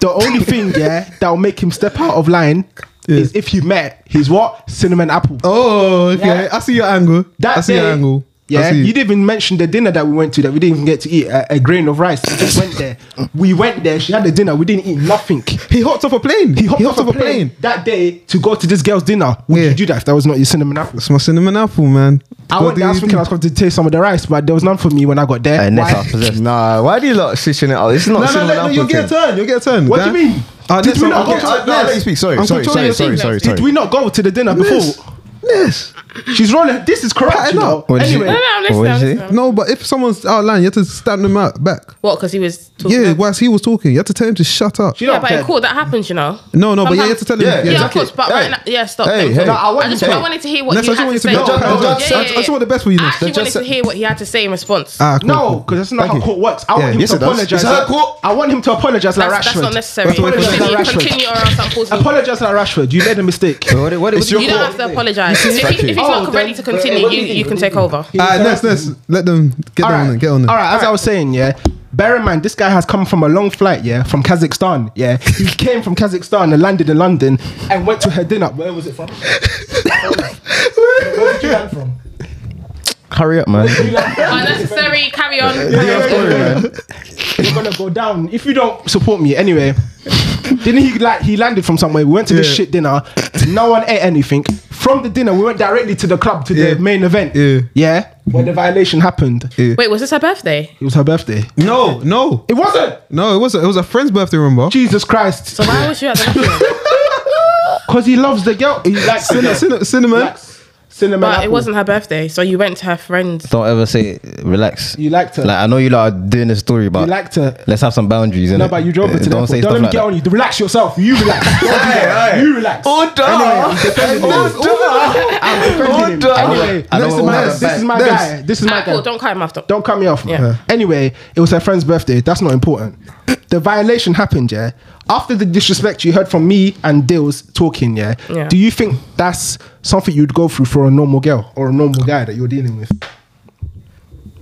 The only thing, yeah, that will make him step out of line is if he met his what cinnamon apple.
Oh, okay.
Yeah.
I see your angle.
That
I see
day-
your angle. I
Yeah,
see
you
it.
didn't even mention the dinner that we went to that we didn't even get to eat a, a grain of rice. We just went there. We went there. She had the dinner. We didn't eat nothing.
He hopped off a plane.
He hopped, off, a plane, that day to go to this girl's dinner. Would
Yeah.
you do that if that was not your cinnamon apple?
That's my cinnamon apple, man.
I
Go
went
do
there. I was
your
thinking I was
thing.
going to taste some of the rice, but there was none for me when I got there.
Hey, next
Why?
up, possessed.
Nah, why do you lot switching it out? It's
No,
not
no,
cinnamon
no, no,
apple
you'll get a
thing.
turn. You'll get a turn.
What do
guy.
you mean?
Ah,
Did
next
we
one.
not go
Okay,
to
uh, no, let me speak. Sorry,
I'm
sorry, sorry,
controlling
sorry,
your
sorry,
thing,
Did
sorry.
we not go to the dinner before?
Yes. Yes.
She's rolling. This is corrupt. You
Pattern
know?
up.
What did you-
Anyway,
No, no, I'm
What
listening.
did
I'm
you say?
listening.
No, but if someone's out of line, you have to stamp them out back.
What? Because he was talking.
Yeah,
about-
whilst he was talking, you have to tell him to shut up.
she
yeah,
don't
but
care.
in court that happens, you know.
No, no, but yeah, you have to tell him.
Yeah,
Yeah,
yeah,
of course. But
Hey.
right now, yeah, stop.
Hey,
thank
hey.
you.
No,
I want
I just
you to-
I wanted to hear what
Ness, I
you
just
had
want
to
you to go.
say.
No, no,
Yeah,
just-
yeah,
I just
yeah.
want the best for you,
I
Ness.
actually
Just-
wanted to
just-
hear what he had to say in response.
Ah, cool,
No,
cool.
because that's not
Thank
how
you.
court works. I
Yeah,
want him
yes,
to
it does.
apologize.
It's her court.
I want him to apologize like
That's, that's
Rashford.
not necessary.
That's what we
Continue,
said.
continue or else I'm pausing.
Apologize like Rashford. You made a mistake.
What, what, what,
It's
what,
your
You don't have to apologize.
You see?
If, he, if he's
Oh,
not ready
then-
to continue, you, you can take over.
Ah, Ness, Ness, let them get
All
on
right.
it. Get on it.
All right. As I was saying, yeah. Bear in mind, this guy has come from a long flight, yeah, from Kazakhstan. Yeah, he came from Kazakhstan and landed in London and went to her dinner. Where was it from? Where did you land from?
Hurry up, man.
Unnecessary. Carry on.
You're gonna go down if you don't support me. Anyway, didn't he like he landed from somewhere? We went to this
Yeah.
shit dinner. No one ate anything. From the dinner, we went directly to the club to
Yeah.
the main event.
Yeah.
yeah, where the violation happened.
Wait, was this her birthday?
It was her birthday.
No, no,
It wasn't.
no. It was a, it was a friend's birthday, remember?
Jesus Christ,
So why was you at the restaurant?
because he loves the girl. He likes the girl.
Cin- cinnamon.
Likes cinnamon.
But it
apple.
wasn't her birthday, so you went to her friend's.
Don't ever say relax.
You liked her.
Like I know you lot are doing this story, but
You liked her.
Let's have some boundaries.
No,
innit? Eh,
but you drove her to
Don't
the
say
airport.
stuff
Don't let me
like
get
that.
on you. Relax yourself. You relax. Don't do that.
Aye, aye.
You relax.
Order.
Anyway, I'm defending him. I'm defending him.
Order.
Anyway,
I don't- I
this is
don't
my-
have a
this is my
back.
guy. This is my
Ah, cool,
guy.
don't cut him off. Don't.
Don't cut me off. man.
Yeah.
Anyway, it was her friend's birthday. That's not important. The violation happened, yeah. After the disrespect you heard from me and Dills talking, yeah,
Yeah.
Do you think that's something you'd go through for a normal girl or a normal guy that you're dealing with?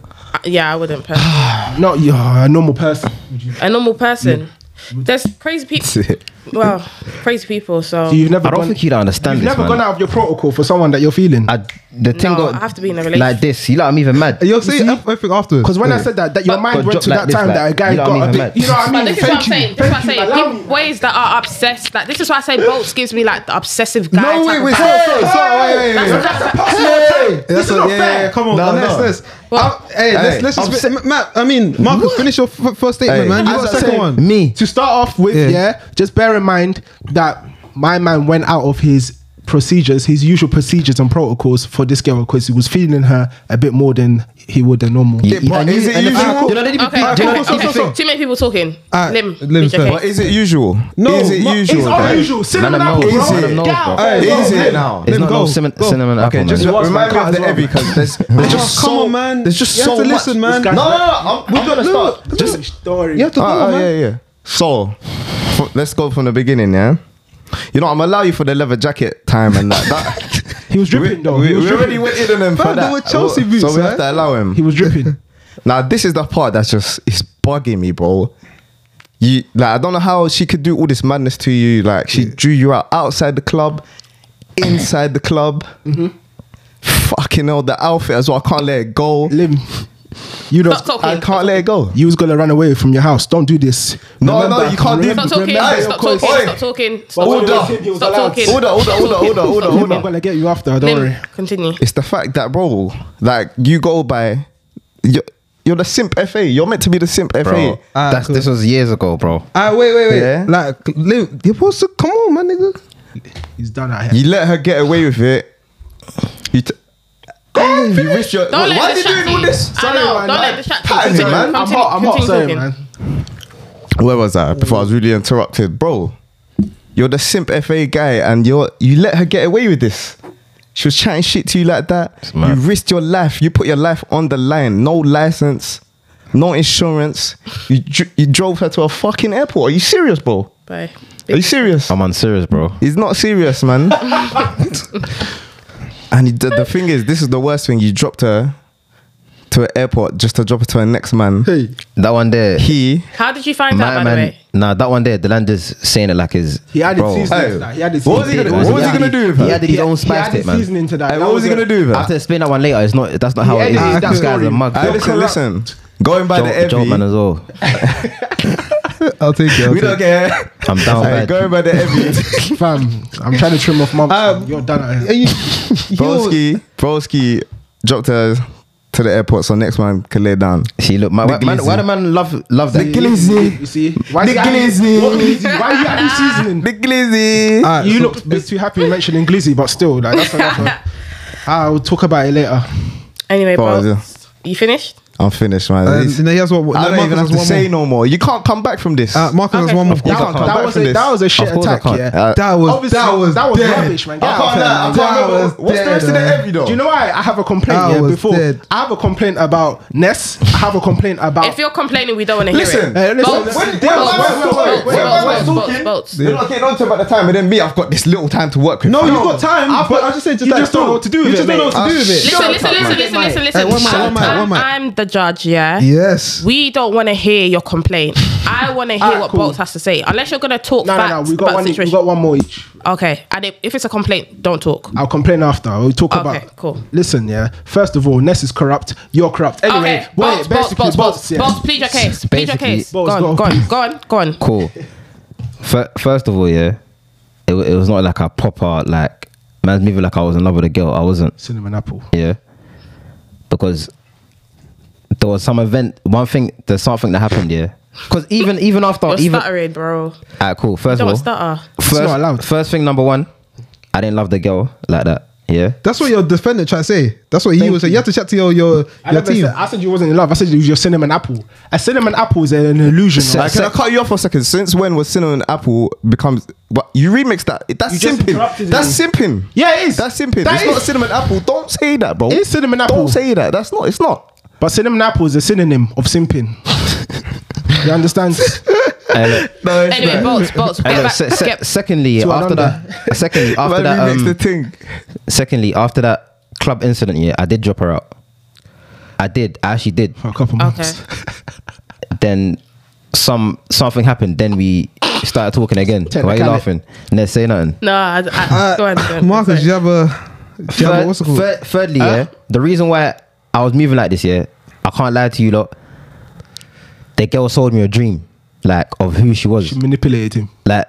Ah, Yeah, I wouldn't. Personally.
Not you, a normal person. Would you-
A normal person. There's crazy people. Well, crazy people. So
You've never.
I don't
gone-
think you'd understand
You've
this,
never
man.
gone out of your protocol for someone that you're feeling.
I, the thing
No,
got
I have to be in a
like
relationship.
this. You lot, I'm even mad.
You'll see everything afterwards.
Because when I
Yeah.
said that, that your
But-
mind
but
went
drop
to
like
that
this,
time
like,
that a guy
you know what I
got a
mean?
bit. You know what I
But
mean?
this is
Thank
what I'm
you.
saying. This is what I'm
Thank you.
saying.
Allow
People-
me.
ways that are obsessed. Like this is why I say bolts gives me like the obsessive guy.
No,
type
wait,
of
wait,
vibe.
sorry, sorry, sorry, wait, wait, wait.
That's- that's-
Pass me your time. This
That's
is
what,
not
yeah, yeah,
fair.
yeah, come on,
No,
man.
no.
Let's, let's.
Well-
I'm- Hey, let's, let's
I'm
just.
sick.
Ma- Ma- I mean, Marcus, finish your f- first statement,
Hey.
man. You
As
got
I
a second
said,
one.
Me.
To start off with,
Yeah.
yeah. just bear in mind that my man went out of his procedures, his usual procedures and protocols for this girl because he was feeling her a bit more than he would than normal.
You- you-
but
and
is
you-
it
and the-
usual?
you know, they did-
Okay,
you know,
okay,
they did-
okay. Too many people talking.
Alright,
Lim,
Lim
Lim
first.
But is it usual?
No,
is it
ma-
usual?
It's
though?
unusual. Cinnamon
Man, I know,
apple,
bro.
bro.
Man, I know,
Gal.
bro.
Hey,
Hey,
bro.
is it now?
It's
Let
not
me
no
go.
cinnamon,
Go.
cinnamon apple,
Okay,
man.
just
It was
remind me
my
of the
car as
Evie
well.
because there's, there's just
come
so
on, man.
There's just
You have
so
to
much.
listen, man.
No, no, no. I'm, we're gonna
Look,
start. Just
story.
You have to go,
Ah, ah,
man.
yeah, yeah. So, f- let's go from the beginning, yeah. You know, I'm allow you for the leather jacket time and that. that
He was dripping though.
we,
he, was
we already
dripping.
went in on them for
Fam, they
that.
were Chelsea
so
boots,
we have
eh?
to allow him.
he was dripping.
Now this is the part that's just it's bugging me, bro. You like I don't know how she could do all this madness to you. Like
Mm-hmm.
she drew you out outside the club, inside the club. Fuck fucking hell, the outfit as well. I can't let it go.
Lim, you know,
Stop talking.
I can't let it go.
you was gonna run away from your house. Don't do this.
No,
Remember-
no, you can't do
remember-
Stop talking.
remember
Guys,
your
Stop
course.
talking.
Oi.
Stop talking. Stop
Order.
talking. Stop talking.
Order, order, order, order, order,
Stop
Lim, I'm
order.
gonna get you after. Don't
talking.
worry.
Lim, Continue.
It's the fact that, bro, like you go by, you're, you're the simp FA. You're meant to be the simp FA.
bro.
Ah,
that's
cool.
this was years ago, bro.
Ah, wait, wait, wait.
Yeah.
Like, Lim, you're supposed to come on, man, nigga.
He's done out here.
You let her get away with it. You, t- you risk your.
Don't
Why
let
are
it
you
distract
doing all
you.
this?
I know.
man,
Don't let
like,
it distract you.
pattern it,
Continue,
man. I'm
I'm
continue,
hot. I'm hot.
continue
Sorry,
talking.
man.
Ah, Where was I before I was really interrupted, bro? You're the simp FA guy, and you're you let her get away with this. She was chatting shit to you like that.
mad.
You risked your life. You put your life on the line. No license, no insurance. You dr- you drove her to a fucking airport. Are you serious, bro?
Bye.
Are you serious?
I'm on serious, bro.
He's not serious, man. and the, the thing is, this is the worst thing. You dropped her to an airport just to drop her to her next man.
Hey,
That one there,
He
How did you find
my
out, by the
man.
way?
Nah, that one there, the landers saying it like his.
he added
bro,
seasoning.
Hey,
to that. He added
what was he
seasoning.
gonna- what was he
Yeah.
gonna do with
He
her?
added his own
he
spice
added
to it, man.
seasoning to that.
Hey,
That
what was he
a-
gonna do with
I have to
that?
explain that one later. It's not. That's not how it
edited
is.
that
This guy's a
story.
mug.
Hey, Ah, listen, listen. Going by
Joke-
the
joke, man, as
Evie,
well.
I'll take it. I'll
we don't
take it.
care.
I'm down
Hey,
bad.
going by the Evie,
Fam, I'm trying to trim off mum.
Um,
You're done out
Are
here.
you, yo,
Broski, Broski dropped her to the airport, so next man can lay down.
See, look, my,
Big
man, why
glizzy.
the man love love that?
Big glizzy.
You see? Why is he
The
adding-
glizzy.
What glizzy? Why are you adding seasoning?
The glizzy.
Ah,
you
so-
looked a bit too happy mentioning Glizzy, but still, like, that's another. I'll talk about it later.
Anyway,
Pause,
bro.
yeah.
You finished?
I'm finished, man.
Uh,
He's-
no, he has what?
I
no,
don't even
Marcus
have
has
to
one
say
more.
no more. You can't come back from this.
Uh, Marcus has
Okay.
one more.
You can't come
that,
back
was
from
a,
this.
that was a shit
Of course I
attack.
can't.
Yeah.
Uh,
That was
Obviously,
that was
that was
dead.
rubbish, man. Get
I
out
can't
of here,
lie, I
man.
can't
That
remember.
was
What's the
dead,
rest of
man.
the Evie though?
Do you know why I have a complaint
That
yeah,
was
before?
dead.
I have a complaint about Ness. I have a complaint about.
If you're complaining, we don't want to hear
Listen.
it.
Hey, Oh. listen,
Bolts,
listen.
When- when-
bolts,
when- when-
bolts,
when-
bolts,
when- when-
bolts,
when-
bolts,
talking-
bolts.
You're not getting on to about the time, and then me, I've got this little time to work with.
No,
you
you've got time.
I've
but I
got-
just said, just
you
like,
just don't know what to do
You
with
just
it,
don't know what
mate.
to do with it. Ah,
Listen,
Shut
listen,
up,
listen,
man.
listen, listen,
Hey, one mic,
listen.
one mic, one
I'm,
mic.
I'm the judge, yeah?
Yes.
We don't want to hear your complaint. I want to hear
Alright,
what
cool.
Bolts has to say. Unless you're going to talk
no,
facts
no, no. We got
about
one. e-
the
We
situation.
got one more each.
okay, and if, if it's a complaint, don't talk.
I'll complain after. We'll talk
Okay,
about.
cool.
Listen, yeah. First of all, Ness is corrupt. You're corrupt. Anyway,
okay,
boy,
Bolts, Bolts,
basically,
Bolts, Bolts,
yeah.
Bolts, plead your case. Plead your
Basically,
case. Go
Bolts,
on,
go
go
on,
on, go on, go on.
cool. Fir- First of all, yeah, it, wa- it was not like a proper like man's moving like I was in love with a girl. I wasn't.
Cinnamon apple.
Yeah, because there was some event. One thing, there's something that happened. Yeah, because even even after
You're
even
stuttering, bro.
Alright, cool. First
don't
of all,
stutter.
First,
not allowed.
first thing number one, I didn't love the girl like that. Yeah.
That's what your defendant tried to say. That's what he
Thank
was saying.
you.
You have to chat to your your,
I,
your
never
team.
Said, I said you wasn't in love. I said you was your cinnamon apple. A cinnamon apple is an illusion.
Like, can I cut you off for a second? Since when was cinnamon apple becomes? But you remix that. That's
You just interrupted
simping. That's simping.
Yeah, it is.
That's simping.
That
it's
is.
not cinnamon apple. Don't say that, bro.
It is cinnamon apple.
Don't say that. That's not. It's not.
But cinnamon apple is a synonym of simping. you understand?
And, uh,
No, it's
Anyway, Bolts, Bolts,
and,
get
uh,
back.
se-
Let's
se-
get
secondly,
To
after that, secondly after
Man,
that,
remix the
um,
thing.
secondly after that club incident, yeah, I did drop her out. I did. I actually did.
For a couple
Okay.
months.
Then some something happened. Then we started talking again. Why are you
Technicality.
laughing? No, say nothing.
No, I, I,
Uh,
go on, go on.
Marcus, do
Sorry.
you have a? Do you have a
Third-
what's it called?
third- thirdly, yeah, the reason why I was moving like this, yeah, I can't lie to you lot. The girl sold me a dream, like of who she was,
She manipulated him.
like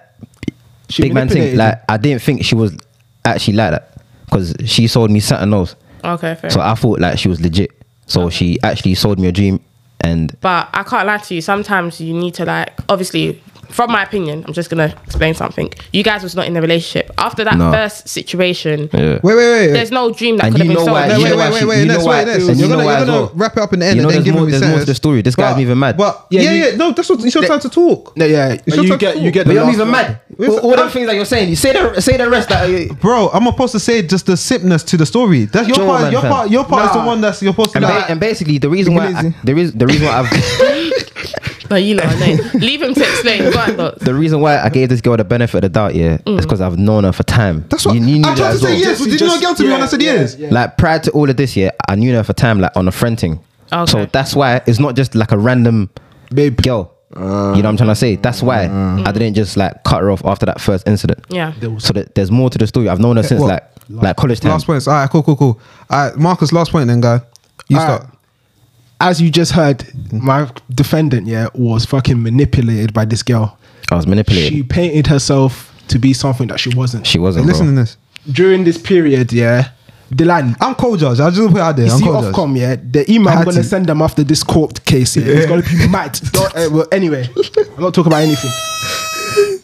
She
big man thing.
manipulated
Like I didn't think she was actually like that because she sold me something else.
Okay, fair.
So I thought like she was legit. So she actually sold me a dream, and
But I can't lie to you. Sometimes you need to like, obviously, from my opinion, I'm just gonna explain something. You guys was not in a relationship after that
No.
first situation.
yeah.
Wait, wait, wait.
There's no dream that
And
could have
you know
been sold.
why?
No,
you
wait,
know why-
wait, wait,
you
wait.
know
Let's
why-
wait. Let's.
and you
You're
know
gonna,
why
you're
as
gonna
well.
wrap it up in the
You
end
know
and then
there's
give
more-
him his
there's more to
sentence.
the story. This guy's
But-
even mad.
But yeah, yeah,
you-
no, that's what it's your time to talk.
No, yeah.
It's your
you
time
get,
to
you
talk.
get. the last one.
All- all them
things that you're saying. You say the say the rest. That
Bro, I'm supposed to say just the simpness to the story. That's your
Joe,
part.
man,
Your
fam.
part. Your part is the
Nah.
one that's you're supposed to.
and, ba-
like-
and basically the reason why I,
Iglesia.
there is the reason why I've
No, you lot are lame. Leave him to explain. Go on, Dots.
the reason why I gave this girl the benefit of the doubt yeah
Mm.
is because I've known her for time.
That's what
you, you knew
I tried
that
to
as
say.
well.
Yes,
Just-
but did you not
just-
get up to me when
yeah,
I said
yeah,
yes?
yeah.
Like prior to all of this yeah, I knew her for time like on a friend thing.
Okay.
So that's why it's not just like a random
Babe.
girl.
Ah.
you know what I'm trying to say? That's why I didn't just like cut her off after that first incident.
Mm. Yeah.
So that there's more to the story. I've known her since
What?
like Like college time.
Last points. All right, cool, cool, cool. All right, Marcus, last point then, guy. You
All right.
start.
As you just heard, my defendant, yeah, was fucking manipulated by this girl.
I was manipulated.
She painted herself to be something that she wasn't.
She wasn't.
Hey, listen
bro.
to this.
During this period, yeah, Dylan,
I'm cold judge. I just put it out there.
You
I'm
see
cold judge.
Ofcom, yeah, the email
I
I'm
had
gonna
to-
send them after this court case. Yeah, It's gonna be mad. Don't- uh, well, anyway, I'm not talking about anything.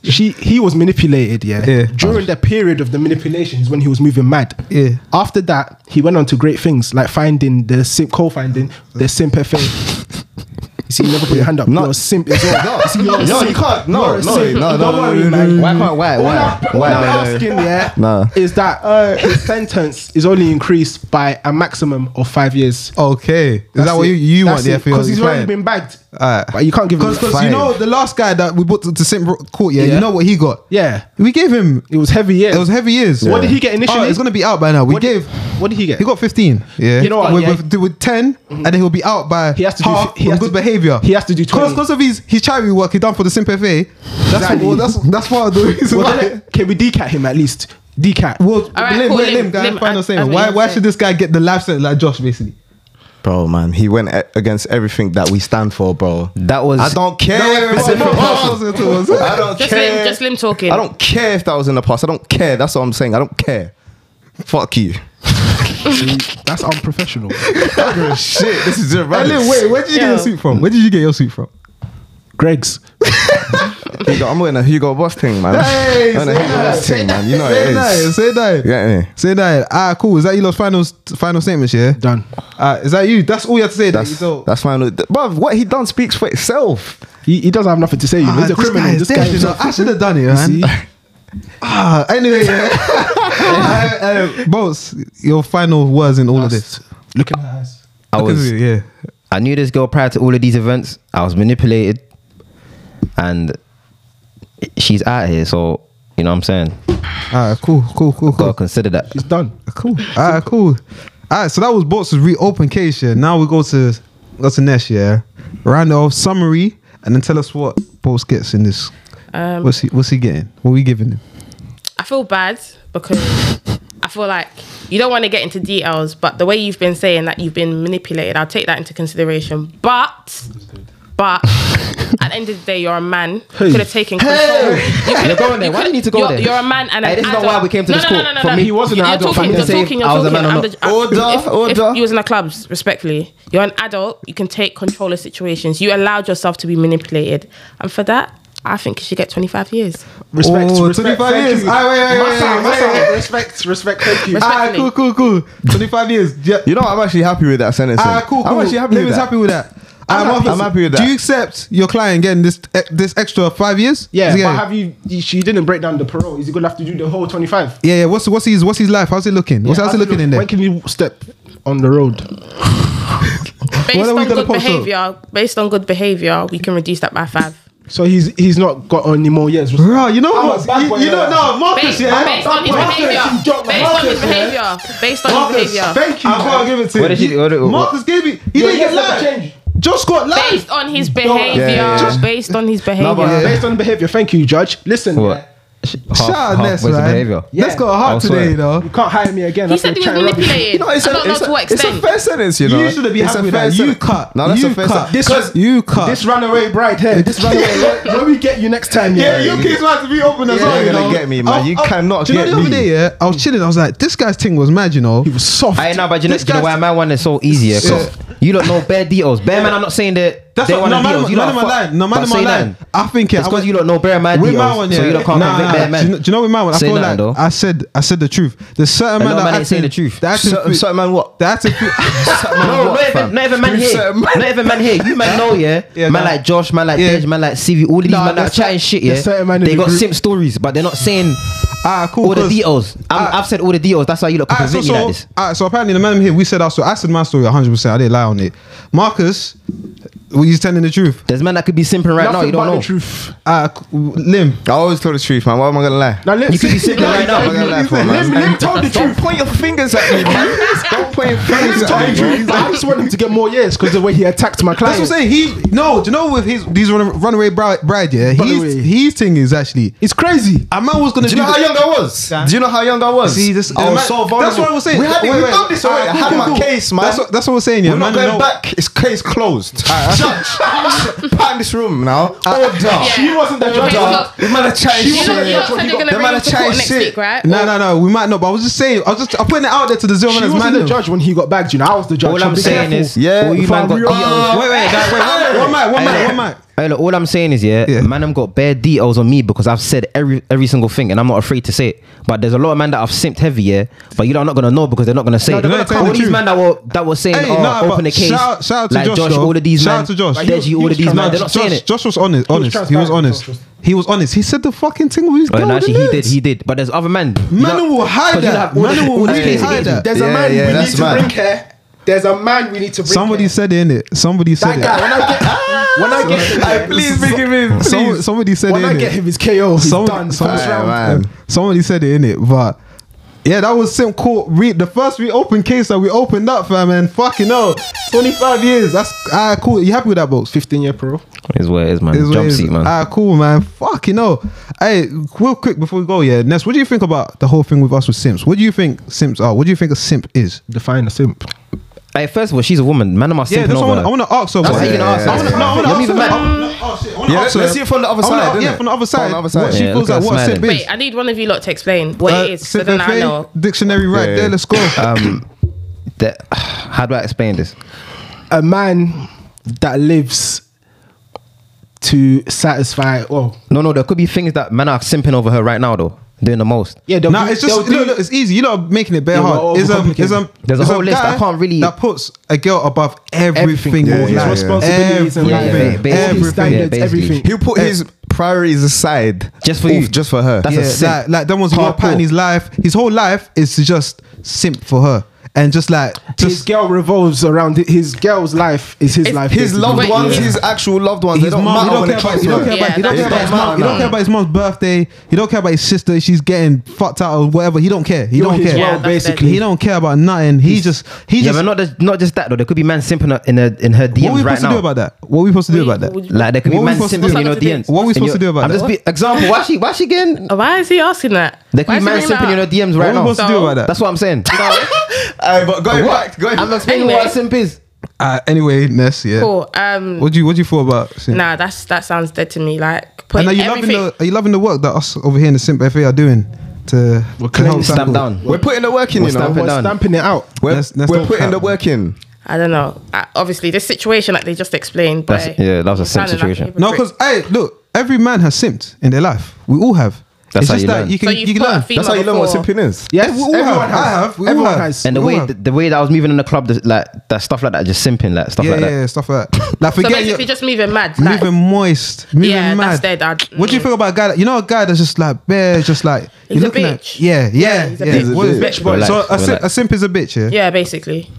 She, he was manipulated. Yeah,
Yeah.
during the period of the manipulations when he was moving mad.
Yeah.
After that, he went on to great things like finding the simp, co-finding the simp FA. You see, you never put your hand up.
No.
You're a simp as well.
No.
You see, you're a
No, you
simp.
can't. No,
You're a
no,
simp.
no, no,
Don't
no,
worry,
no, no,
man.
no, no. Why can't- why-
All
why?
I'm- all
Why?
I'm
No, no.
asking, yeah,
No.
is that
Uh,
his sentence is only increased by a maximum of five years.
Okay. Is that what you, you want E the FAO?
Because he's already been bagged.
Alright.
Uh, But you can't give him
Because
five.
you know the last guy that we brought to, to St. Court, yeah,
Yeah.
you know what he got?
Yeah.
We gave him,
It was heavy, yeah.
it was heavy years.
What did he get initially?
Oh, it's going to be out by now. We
What did-
gave,
what did he get?
he got 15. Yeah.
You know what,
With,
yeah. Mm-hmm.
with, with 10, and then he'll be out by
He has to do
half
fi- he
on
has
good
to-
behavior.
he has to do 20.
Because of his, his charity work he done for the Simp FA, that's,
Exactly.
well, that's, that's part of the reason
Well,
why.
then, can we decat him at least? Decat.
Well,
right,
Lim,
cool,
wait,
Lim,
Lim, guy,
Lim,
final
I- I
statement.
know
Why,
you're
why
saying.
should this guy get the life sentence like Josh, basically?
Bro, man, he went a- against everything that we stand for, bro.
That was-
I don't care. if it's in the past. I don't
Just
care.
Lim- just Lim talking.
I don't care if that was in the past. I don't care. That's what I'm saying. I don't care. Fuck you.
That's unprofessional.
Shit, this is
Hey,
irrelevant.
Lim, wait, where did you get your
Yo.
suit from? Where did you get your suit from?
Greg's.
Hugo, I'm wearing a Hugo Boss thing, man.
Hey,
I'm
say
wearing a Hugo
that,
Boss thing, man. You know
say
it
that,
is.
say that.
You get me?
Say that. Ah, cool. Is that you lost final final statements? Yeah,
Done.
Ah, is that you? That's all you have to say. That's,
That's
that you
that's fine. Bruv, what he done speaks for itself.
He, he doesn't have nothing to say.
Ah,
You know? He's a criminal. This guy
you
is
know. I should have done it, man. Ah, anyway, yeah. uh, uh, Bolts, your final words in all of this.
Look at her eyes.
I
Look at
was.
you, yeah.
I knew this girl prior to all of these events. I was manipulated, and she's out here. So you know what I'm saying.
Ah, cool, cool, cool,
Gotta
cool,
consider that.
He's done.
cool. Ah, cool. Ah, so that was Bolts' reopen case. Yeah. Now we go to go to Nesh. Yeah. Round off summary, and then tell us what Bolts gets in this.
Um,
what's he What's he getting? What are we giving him?
I feel bad because I feel like you don't want to get into details, but the way you've been saying that you've been manipulated, I'll take that into consideration. But, but at the end of the day, you're a man. You could have taken control. You could
You're
have-
going there. Why do you need to go
you're,
there?
You're a man and
Hey,
an
this is not
adult.
why we came to
no,
this
no,
court.
No, no,
For
no,
me,
no.
he
wasn't an
you're
adult. Fam,
Talking, you're
they
say
talking. You're
I was a
talking.
man or
I'm
not.
the- I'm-
Order,
if-
order.
If you was in the clubs, respectfully, you're an adult. You can take control of situations. You allowed yourself to be manipulated, and for that, I think you should get 25 years.
Respect.
Oh,
respect.
25
thank
years.
you.
Ah, wait, wait, wait,
Massa,
wait,
massa.
wait.
Respect. Respect. Thank you.
Respect.
Ah, cool, cool, cool. 25 years. Yeah.
You know, I'm actually happy with that sentence.
Ah, cool, cool.
I'm actually happy
Liv
with
is
that.
happy with that. Ah,
I'm happy- I'm happy with
Do
that.
you accept your client getting this eh, this extra five years?
Yeah,
Is he
but
getting-
have you? She didn't break down the parole. Is he gonna have to do the whole twenty-five?
yeah, yeah. What's what's his what's his life? How's it looking? What's how's it looking in there?
When can you step on the road?
What are
Based
we
on
gonna
good
post up?
behavior, based on good behavior, we can reduce that by five.
So he's he's not got any more years.
Bro, you know
I'm a
what?
bad
You,
boy,
you know,
yeah.
no, Marcus,
Based,
yeah.
based on his
Marcus,
behavior,
you joke,
based on his
Marcus, yeah.
behavior, based on his
Marcus,
behavior,
thank you.
Ah,
I gotta give it to
What did
him.
he- what did- what-
Marcus gave it. He didn't
Your
get
years have
life.
changed.
Just got life.
based on his behavior,
Yeah, yeah, yeah.
based on his behavior.
but- Yeah.
Based on behavior, thank you, Judge. Listen, yeah,
What? Sh- Half,
Shout out
half
Ness,
ways of
man.
behavior.
Yeah.
Ness got a heart
I'll
today,
swear.
you know.
you can't hire me again.
he
after
said he was
chatting rubbish.
manipulated.
No,
I don't know
it's
to what
a, it's a
extent.
fair sentence, you know.
You shouldn't be
It's a
happy with
fair
that. You
sentence.
cut.
No, that's
You
a fair
cut.
sentence.
This-
Because-
You cut.
This runaway bride here. This runaway. when we get you next time,
Yeah,
yeah.
your kids might have to be open as
Yeah,
well.
you're
you
gonna
know?
get me, man. You cannot
Oh, do you know
get
the other
me.
day, yeah, I was chilling. I was like, this guy's thing was mad, you know.
He was soft.
I know, but you know,
This
you know
guy's-
why man one is so easier. Cause you don't know bare details. Bare man, I'm not saying that.
That's
they
what-
want
no, man-
deals. You
man of
don't
my
fuck-
line. No, man
but
of my
say
line.
nothing.
I think it-
it's
I
because
went-
you don't know bare man
With
deals.
my one, yeah.
So you don't can't
Nah,
convict
nah,
bare man.
Do you, know, do you know with my one? I
Say
feel
nothing,
like
though.
I said I said the truth. There's certain
A
man
lot of
that
man ain't saying
acting-
the truth.
That acting
Certain,
fit-
certain man, what?
that acting fit-
No,
what,
not even,
fam?
not even man
Who's
here.
certain man?
Not even man here. You man know, yeah.
Yeah,
man
nah.
like Josh, man like
Yeah.
Dej, man like CV. All of these
Nah,
man that
there's
are chatting
cer-
shit,
there's
yeah.
certain man in
they
the
got
group.
simp stories, but they're not saying
Ah, cool.
all the
'cause-
details. I'm,
Ah.
I've said all the details. That's why you look
Alright, so,
convict me
so,
like this.
alright, so apparently the man here, we said our story. I said my story 100%. I didn't lie on it. Marcus Well, he's telling the truth.
There's men that could be simping right now.
Nothing
You
but
don't know.
the truth.
Uh, c- Lim,
I always tell the truth, man. Why am I gonna lie?
Now let
You could be sitting right now.
Why am I gonna lie for, man?
Lim, Lim told the
Don't
truth.
point your fingers at me, man. Don't point your fingers
Lim told
at
the
me. bro.
truth. But I just want him to get more years because the way he attacked my
That's
client.
what I'm saying. He no, do you know with his these run, runaway bride, bride yeah,
By the
his
way.
his thing is actually
It's crazy.
a man was gonna
Do
do,
you know how
that-
young I was? Do you know how young I was?
See, this-
I
the
was
man-
oh, so vulnerable.
that's what I was saying.
We had it.
Wait,
we
wait.
done this already. I
Alright,
had
cool,
my
cool.
case, man.
That's what- that's what I was saying, yeah,
We're not
man,
going
no.
back. It's case closed. Judge, pack this room now.
Uh,
Order.
She wasn't the judge.
Order. The man a chatting
You know, you
shit.
know, so they're
The man
gonna bring
a
him to court
chatting
next
shit.
week, right?
No, no, no. We might not, but I was just saying. I was just I'm putting it out there to the zero
She
minutes.
wasn't
man.
the judge when he got back. You know, I was the judge.
All
so
I'm
be
saying
careful.
is,
Yeah,
all you
before
man
we
got
roll-
DLs.
Wait, wait, guys, wait, one, one mic, one mic, one mic.
Hey, look, all I'm saying is, yeah,
Yeah.
man, them got bare details on me because I've said every every single thing, and I'm not afraid to say it. But there's a lot of man that I've simped heavy, yeah, but you lot are not gonna know because they're not gonna say
No,
it.
they're gonna tell
all
the
these
truth.
men that were that were saying,
Hey,
oh,
nah, but
open the case,
shout out- shout out to
like
Josh, though.
all of these
Shout
men,
out to Josh.
Deji,
He was-
all of
he
these men,
was trying
they're
to-
not saying
Josh,
it.
Josh was honest. Honest. He was
transparent,
honest.
Josh was-
He was honest. He said the fucking thing with his
Oh,
girl,
no, actually, he
didn't
did, he did. But there's other men.
Man
You know-
will hide
'cause you
that.
have all
Man
the-
will
all the
really
cases
hide
against
that.
me.
There's
Yeah,
a man
yeah,
we need
that's
to
mad.
bring here. There's a man we need to bring
Somebody
here.
said it in it. Somebody said
that guy.
it.
When I get, when I get him,
Hey, Please be giving.
Some- Somebody said
when
it
I
in
get him,
it.
his KO. He's
Some-
done.
some-
First
Aye,
round.
man. Um,
Somebody said it in it, but yeah, that was Sim Court. Re- the first reopened case that we opened up, fam, and fucking hell, 25 years. That's ah cool. You happy with that, box?
15 year pro.
It is what it is, man.
It is what it
Jump
is.
seat, man.
Ah, cool, man. Fucking hell. Hey, real quick before we go, yeah, Ness, what do you think about the whole thing with us with Sims? What do you think Sims are? What do you think a simp is?
Define a simp.
Hey, first of all, she's a woman. Man, am I
Yeah,
simping
that's what I wanna- I
over? her?
want to ask her.
That's
about
how
it.
you can ask
I wanna-
her.
no, I wanna
You're
ask
even
her.
mad.
I wanna- oh, shit, I wanna
Yeah,
ask her.
let's hear from the other
I wanna-
side,
Yeah,
innit?
from the other
From
side.
the other side.
What she
Yeah,
feels
look
like
at
what a
us,
simp
man.
is.
Wait, I need one of you lot to explain what
Uh,
it is, so
simp
then I
FA,
know.
Dictionary right
Yeah.
there. Let's go.
Um, that, how do I explain this?
A man that lives to satisfy. Oh,
No, no, there could be things that men are simping over her right now, though. Doing the most.
yeah.
No,
they'll do-
it's
they'll
just
do-
no, no, it's easy. You know, making it bare
Yeah,
hard.
we're
It's um,
overcomplicating.
it's um,
There's a
it's
whole list. I
guy
can't really-
that puts a girl above everything. in
everything.
Yeah,
life.
yeah, yeah.
responsibilities and
Yeah,
life.
yeah,
basically.
Everything.
Yeah,
Standards,
basically.
everything.
He'll put his priorities aside
Just for you.
just for her.
That's a
Yeah,
simp.
like, like that one's got a
Hardcore.
pattern in his life. His whole life is to just simp for her and just like
His
just
girl revolves around it. his girl's life. Is his life.
his
basically.
loved
Wait,
ones,
yeah.
his actual loved ones, they
his
don't
mom.
matter
He don't
when
care
it
about.
comes
He
to
don't care
her.
Yeah,
about. He don't
that's
care about
it.
his mom. He don't
Nah.
care about his mom's birthday. He don't care about his sister. She's getting fucked out or whatever. He don't care. He
You're
don't
his
care.
Yeah, world, that's basically.
He don't care about nothing. He just. He
Yeah,
just.
but not just, not just that though. There could be man simping in her in her DMs
What are we
right
supposed to
now.
do about that? What are we supposed to do
We-
about that?
we-
like there could
What
be
we
man
supposed to
simping
do?
in your
What's that
DMs.
got to do?
What we
And
supposed
you're-
to do about
I'm
that?
just be example. Why she why she getting?
Oh, Why is he asking that?
There could
Why
be
is
man
he bringing
simping in
that
your
up?
DMs
What
right
are we
now.
supposed to do about that?
That's what I'm saying.
Aye, but going back, going
I'm
back.
explaining what
Anyway.
a simp is.
Uh, anyway, Ness, yeah.
Cool. Um,
What do you what do you feel about Simp?
Nah, that's that sounds dead to me. Like, put
and are you
everything.
loving the are you loving the work that us over here in the Simp FA are doing to, to help
Stamp
tackle-
down.
We're putting the work in, you
We're
know.
stamping
We're
down.
stamping it out.
We're,
Let's- let's
we're
not
putting
cap.
the work in.
I don't know. I, obviously, this situation that they just explained.
That's-
but
yeah, that was a simp
sounded like
situation.
hypocrite.
No, because hey, look, every man has simped in their life. We all have.
That's how you
that
learn.
you can
So
you,
you've
can
put a
learn.
female
That's how you learn what
before.
simping is.
Yes,
we all
everyone
have.
has.
I have. We all
Everyone
have.
has.
And the
Go
way
on.
the, the way that I was moving in the club, this- like that stuff like that, just simping, like stuff
Yeah,
like
yeah,
that.
yeah, stuff like that. Like
So
forget
basically,
your
just moving mad. Like,
moving moist, moving
Yeah,
mad.
that's dead, I'd-
what do you
mm.
think about a guy? That, you know, a guy that's just like bare, just like
He's
you're
a
looking
bitch.
at. Yeah, yeah,
Yeah, he's a
yeah.
bitch. He's a
What is-
bitch.
Relax,
So a, simp,
relax.
a simp is a bitch, yeah.
yeah, basically.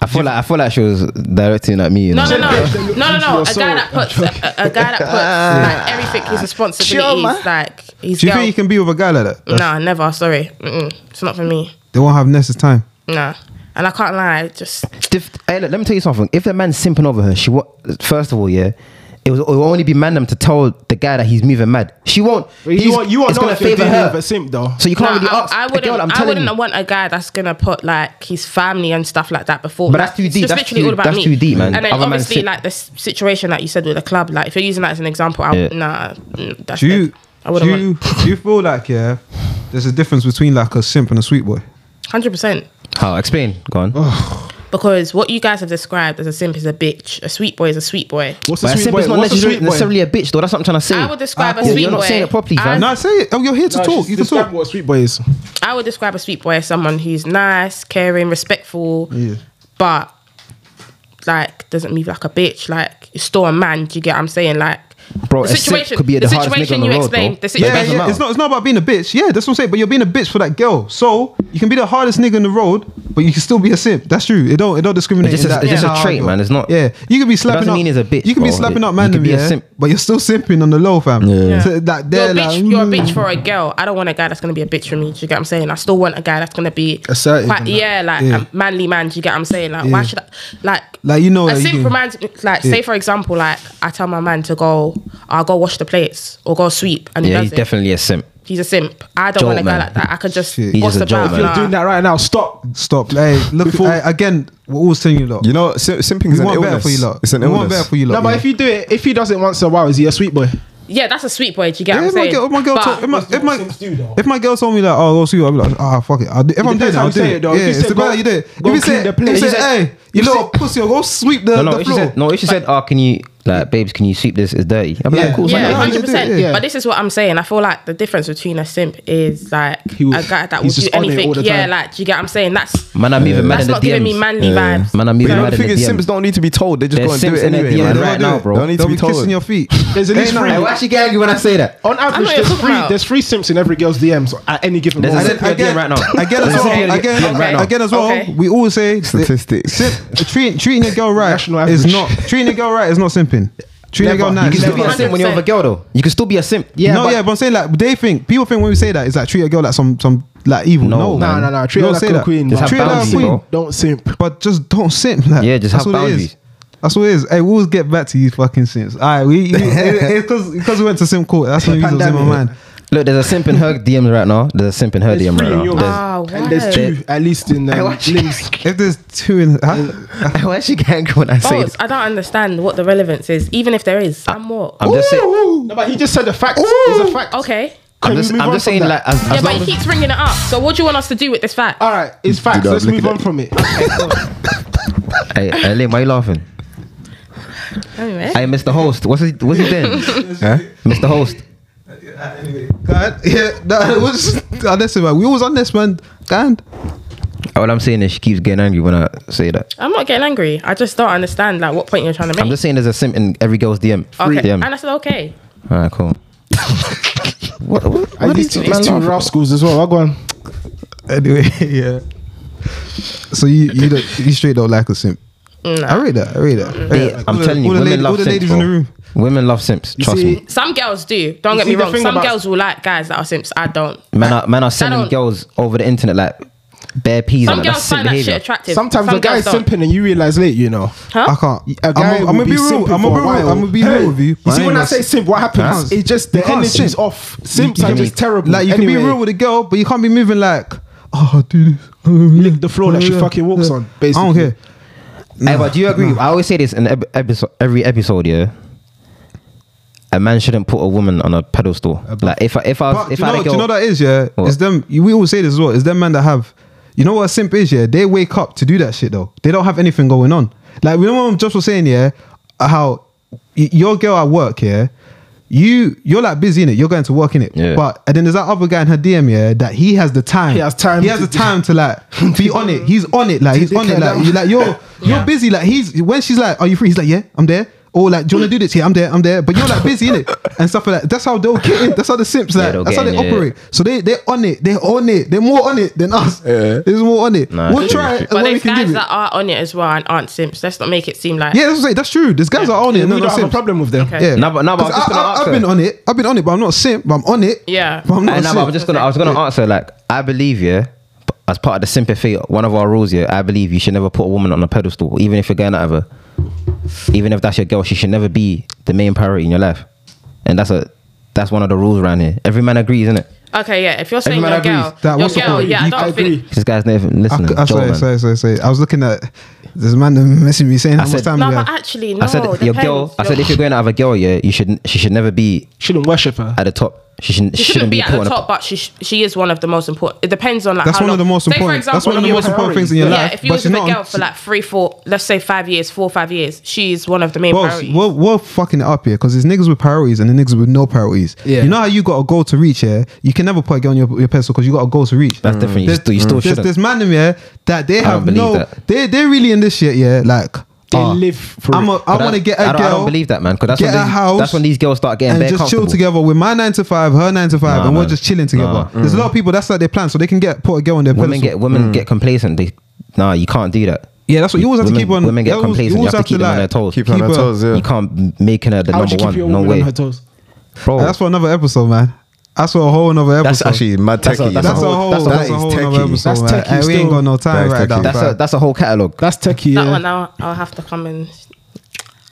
I feel like I feel like she was directing at me. You
No,
know?
no, no,
Bitch, then
no,
look
no,
into
no.
your
A
soul.
guy that puts a, a a guy that puts
Ah.
like everything his responsibilities,
man.
like he's.
Do you think you can be with a guy like that?
Nah, never. Sorry, Mm-mm. it's not for me.
They won't have Ness's time.
Nah, and I can't lie. Just
If, hey, look, let me tell you something. If the man's simping over her, she wa- first of all, yeah, it, was, it will only be man them to tell the guy that he's moving mad. She won't.
You
He's-
want you want
it's
to
gonna
know if you're
favor
dealing with
her.
a simp though.
So you
no,
can't really
I,
ask.
I
the girl,
wouldn't.
I'm
I
telling
wouldn't
you.
want a guy that's gonna put like his family and stuff like that before.
But
Like,
that's too
it's
deep,
just
that's
literally
too-
all about
that's
me.
too deep, man.
And then
Other man
obviously,
sit-
like the s- situation that you said with the club. Like if you're using that as an example, I,
Yeah.
nah, mm, that's
Do you,
dead. I
do,
wouldn't.
you,
want
do you feel like yeah, there's a difference between like a simp and a sweet boy?
Hundred percent.
How? Explain. Go on.
Because what you guys have described as a simp is a bitch. A sweet boy is a sweet boy.
What's
but
a
a
sweet
simp
boy?
is not
What's a
necessarily,
sweet boy?
necessarily a bitch, though. That's what I'm trying to say.
I would describe
Ah,
a
cool.
sweet
You're
boy.
not saying it properly,
I-
fam.
No, say it. Oh, you're here to talk. You can
Describe
talk.
what a sweet boy is.
I would describe a sweet boy as someone who's nice, caring, respectful,
Yeah.
but like doesn't move like a bitch. Like you're still a man. Do you get what I'm saying? Like
Bro, a simp could be the hardest nigga on
you
the road, bro.
explained. The
But it
Yeah,
situation.
doesn't
yeah.
matter.
It's not. It's not about being a bitch. Yeah, that's what I'm saying. But you're being a bitch for that girl. So You can be the hardest nigga in the road, but you can still be a simp. That's true. It don't it don't discriminate.
It's
in
just a-
that-
it's just
in
a
that
trait,
hard,
man. It's not-
Yeah, you can be slapping
doesn't
up.
mean he's a bitch,
You can be
bro.
slapping up
You
man.
can be a
yeah,
simp.
but you're still simping on the low, fam.
Yeah.
So that
You're
they're
a,
like,
bitch, you're a
mm.
bitch for a girl. I don't want a guy that's gonna be a bitch for me. Do you get what I'm saying? I still want a guy that's gonna be
Assertive
quite-
and that.
yeah, like
Yeah.
a manly man. Do you get what I'm saying? Like,
Yeah.
why should I? Like,
Like, you know
a
that you
simp
can-
reminds me. Like, say for example, like I tell my man to go, I'll go wash the plates or go sweep, and he
Yeah,
does
he's
it.
definitely a simp.
he's a simp. I don't
Jolt
want a guy
man.
like that. I could just
Shit.
He's
bust
just a jolt
about.
man.
Nah.
Doing that right now. Stop.
Stop. Hey, look.
Before-
hey, again, we're always telling you lot.
You know, sim- simping
we
is an
want better
illness.
for you lot.
It's an
we
illness.
want better for you lot.
No, but
yeah.
if you do it, if he does it once in a while, is he a sweet boy?
Yeah, that's a sweet boy. Do you
Yeah,
get what I'm
if my
saying?
girl, if my girl,
But-
told, if my,
That's what
if my,
simps do, though.
if my girl told me like, oh, go see you, I'll be like, ah, fuck it. I'll do, if I'm doing
depends
it,
how
I'll
you
do
say
it.
it, though.
Yeah,
If you
it's
said
about
go-
how you do it.
go
If you
clean
say,
the
if
plate.
you
If
say,
you said-
hey, you
if you
little
said-
pussy, I'll go sweep the,
No, no.
the
If you
floor.
said, no, if you said, oh, can you like, babes, can you sweep this? It's dirty. I'm
Yeah.
like, cool.
Yeah,
Yeah,
man.
how you
hundred
do it,
percent.
yeah.
But this is what I'm saying. I feel like the difference between a simp is like
He will-
a guy that will
he's
do
just on it
anything.
all the
Yeah,
time.
like do you get what I'm saying? That's
Man, I'm even mad
that's
in the
not giving me
DMs.
manly vibes.
Man, I'm
But
even
you know,
mad
the
in the
thing is, simps
DMs.
don't need to be told. They just
They're
go and do
simps
it
in their
anyway.
DM
man.
They
right
won't do
now,
it.
bro.
Don't need to
They'll
be
be kissing
told.
your feet.
There's at
They
least
ain't
three.
nothing.
she getting you when I say that?
On average,
what you're
there's
talking
three.
about.
There's three simps in every girl's DMs at any given
There's
moment.
I
a simp in your
again-
DM right now.
Again as
There's a simp in
well,
your DM right
again,
now.
again as well,
Okay.
we always say that
Statistics.
simp- treating treating a girl right
National
is
average.
not treating a girl right is not simping. Treating a girl
Never.
nice.
You can
is
still be a
not-
simp when you're with a girl, though. You can still be a simp.
Yeah,
no,
but-
yeah, but I'm saying like they think people think when we say that is like treat a girl like some some like evil.
No,
No,
No,
man.
no, no. Treat
You don't
her like
say
a
that.
queen.
Just
man.
have
Treat her like a
boundaries,
queen.
bro.
Don't simp.
But just don't simp. Like.
Yeah, just have
what it
boundaries.
is. That's what it is. Hey, we always get back to these fucking simps. All right, we it- it's because because we went to simp court. That's what was in my
Pandemic.
mind.
Look, there's a simp in her DMs right now. There's a simp in her
There's
DM
three
right
in
now.
yours.
There's-
Ah,
And there's
word.
two, at least in
Hey,
um,
why she-
limbs.
If there's two in, huh?
Why is she getting when I say
Both.
this?
I don't understand what the relevance is, even if there is. I'm what?
I'm just saying.
No, but he just said a fact. It's a fact.
Okay.
I'm
Can
just,
we move
I'm
on
just
from
saying,
that?
like, as,
Yeah,
as
but
long
he
as
keeps ringing it up. So what do you want us to do with this fact?
All right, it's facts.
Dude, I'm
Let's
looking
move
at
on
it.
from it.
Hey, hey, Liam, why you laughing?
Anyway.
Hey, Mr. Host, what's he, what's he doing? huh? Mr. Host.
God, yeah, that was honestly, man. We always on this, man. Dan,
All Uh, I'm saying is she keeps getting angry when I say that.
I'm not getting angry. I just don't understand like what point you're trying to make.
I'm just saying there's a simp in every girl's DM.
okay.
DM.
And I said okay.
All right, cool. what? What? what
And
is
these two,
man
these two
laughing?
rascals as well. I go on.
anyway, yeah. So you you don't, you straight don't like a simp. I read that. I read that.
They-
Yeah.
I'm
All the-
telling you,
all the
women
lady-
love
all the
simps.
ladies
bro.
in the room.
Women love simps.
You
Trust
see-
me.
Some girls do. Don't
You
get
see
me
the
wrong.
thing
Some
about-
girls will like guys that are simps. I don't.
Men are men are sending
don't-
girls over the internet like bare peas.
Some
and
girls
that's simp
find that
behavior.
shit attractive.
Sometimes
Some
a guy's
girls don't.
simping and you realize late, you know.
I
Huh?
can't.
A guy
I'm
will
gonna be
simping
real. I'm
for a
gonna be real.
while.
I'm gonna be
Hey,
real with you.
You
but
see, when
ain't
I
no
say
simp.
simp, what happens?
You
It's just the
can't
energy's
simp.
off. Simps
you
are
can
just
be-
terrible.
Like you can be
Anyway,
real with a girl, but you can't be moving like, oh, do this. Oh,
Lick the floor that she fucking walks on,
I don't
basically.
care.
Hey, but do you agree? I always say this in ep- episode, every episode. Yeah, a man shouldn't put a woman on a pedestal. Like if I, if I was,
But
if
do
I
you,
had
know, do
a girl,
you know that is yeah.
What?
It's them. We always say this as well. It's them man that have. You know what a simp is yeah. They wake up to do that shit though. They don't have anything going on. Like we know what Josh was saying yeah. Uh, How y- your girl at work yeah. You you're like busy in it. You're going to work in it.
Yeah.
But and then there's that other guy in her DM yeah that he has the time.
He has time
He has
to-
the time to like be on it. He's on it like he's on it
dick her
like
down.
you like you're you're busy like he's when she's like are you free? He's like yeah I'm there. Or like, do you want to do this? Yeah, I'm there. I'm there. But you're like busy in it and stuff like that. That's how they'll get in. That's how the simps like.
they'll
that's how
get
they
in, yeah, yeah.
operate. So they they're on it. They're on it. They're more on it than us. There's more on it.
Nah,
we'll
it's
try
true.
it
But
and we
there's
can give
guys
it.
that are on it as well and aren't simps. Let's not make it seem like
yeah, that's what I'm saying. That's true. These guys are on it.
We
No,
don't
no
have a
simp.
problem with them.
Okay.
Yeah.
Nah, but- nah, but I was
'Cause
just gonna ask
I've
her.
been on it. I've been on it, but I'm not a simp. But I'm on it.
Yeah.
But I'm not.
Hey,
a
nah,
simp.
but I'm just gonna I was gonna answer like I believe yeah. p- As part of the sympathy, one of our rules yeah, I believe you should never put a woman on a pedestal, even if you're going out of her. Even if that's your girl, she should never be the main priority in your life, and that's a that's one of the rules around here. Every man agrees, isn't it?
Okay, yeah. If you're saying
man
your
agrees.
girl,
That-
your
what's the
girl,
point?
yeah, I
You-
don't
I
think
agree.
This guy's not even
I,
listening.
I,
Joel,
sorry,
man.
sorry, sorry, sorry. I was looking at this man messaging me saying how much
said-
time
No,
we
but
have.
actually, no.
I said your
depends.
girl. I said if you're going out of a girl, yeah, you should she should never be
Shouldn't worship her.
at the top. She shouldn't,
she shouldn't be at
put
the
on a-
top, but she sh- she is one of the most important. It depends on like
That's
how
one of
long-
the most
say for
important. That's
example,
one of the
you
most
was-
important things in your
yeah,
life.
if you
but
was
she's
with a
not
girl
on-
for like three, four, let's say five years, four, five years, she's one of the main
Boss,
priorities.
we're, we're fucking it up here because there's niggas with priorities and the niggas with no priorities.
Yeah.
You know how you got a goal to reach here? You can never put a girl on your, your pedestal because you got a goal to reach.
That's different. You
There's,
still- you still
there's,
shouldn't.
there's man in here that they
don't
have
believe
no.
that.
They, they're really in this shit, yeah? Like,
They
Ah.
live for
I'm
it.
a, I
But
want to get a
I don't,
girl.
I don't believe that, man. Because that's,
get
when
a
these-
house
that's when these girls start
and
getting bare
just chill
comfortable.
together with my nine to five, her nine to five,
Nah,
and we're
man.
just chilling together.
Nah. Mm.
There's a lot of people that's like their plan, so they can get put a girl on their
Women
pedestal.
get women
Mm.
get complacent. They, nah, you can't do that.
yeah, that's what you always have
women,
to keep on.
Women get
you always-
complacent. You
always
have, to keep them on
like,
their toes.
Keep her on
Keep
her
her-
toes, yeah.
You can't make her the
How would
number
you keep your
one. No
woman
way,
on her toes?
bro.
That's for another episode, man. That's for a whole another episode.
That's actually mad
Oh. That's a-
techie.
that's
that's a whole
that's
that's, a
a- that is
whole
techie.
another episode.
That's
man.
techie
Hey, we ain't
still.
got no time
That is
right now.
techie.
that's a
fam.
that's a whole catalog.
That's techie.
That
yeah.
one I'll, I'll have to come and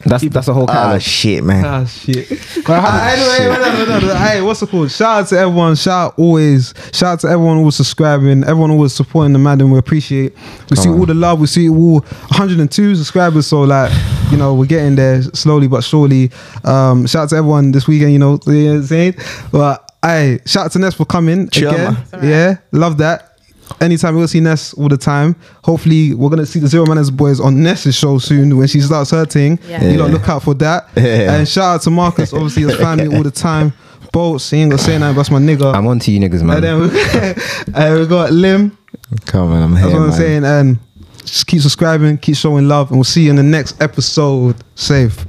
That's that's a whole
Ah,
catalog.
shit, man.
Ah shit.
But how-
Ah, anyway, whatever, whatever. hey, what's it called? Shout out to everyone. Shout out always. Shout out to everyone who was subscribing. Everyone who was supporting the madam. We appreciate. We see all the love. We see all 102 subscribers. So like, you know, we're getting there slowly but surely. Um, shout out to everyone this weekend. You know, you know what I'm saying. But hey, shout out to Ness for coming
Cheer,
again.
man.
Yeah, love that. Anytime we'll see Ness all the time. Hopefully, we're gonna see the Zero Manners boys on Ness's show soon when she starts her thing.
Yeah.
You know, look out for that.
Yeah.
And shout out to Marcus, obviously his family all the time. Bolts, he ain't gonna say nothing, but that's my nigga.
I'm on to you niggas,
and
man.
then we, uh, we got Lim.
Come on, I'm here,
That's what I'm
man.
saying. And just keep subscribing, keep showing love, and we'll see you in the next episode. Safe.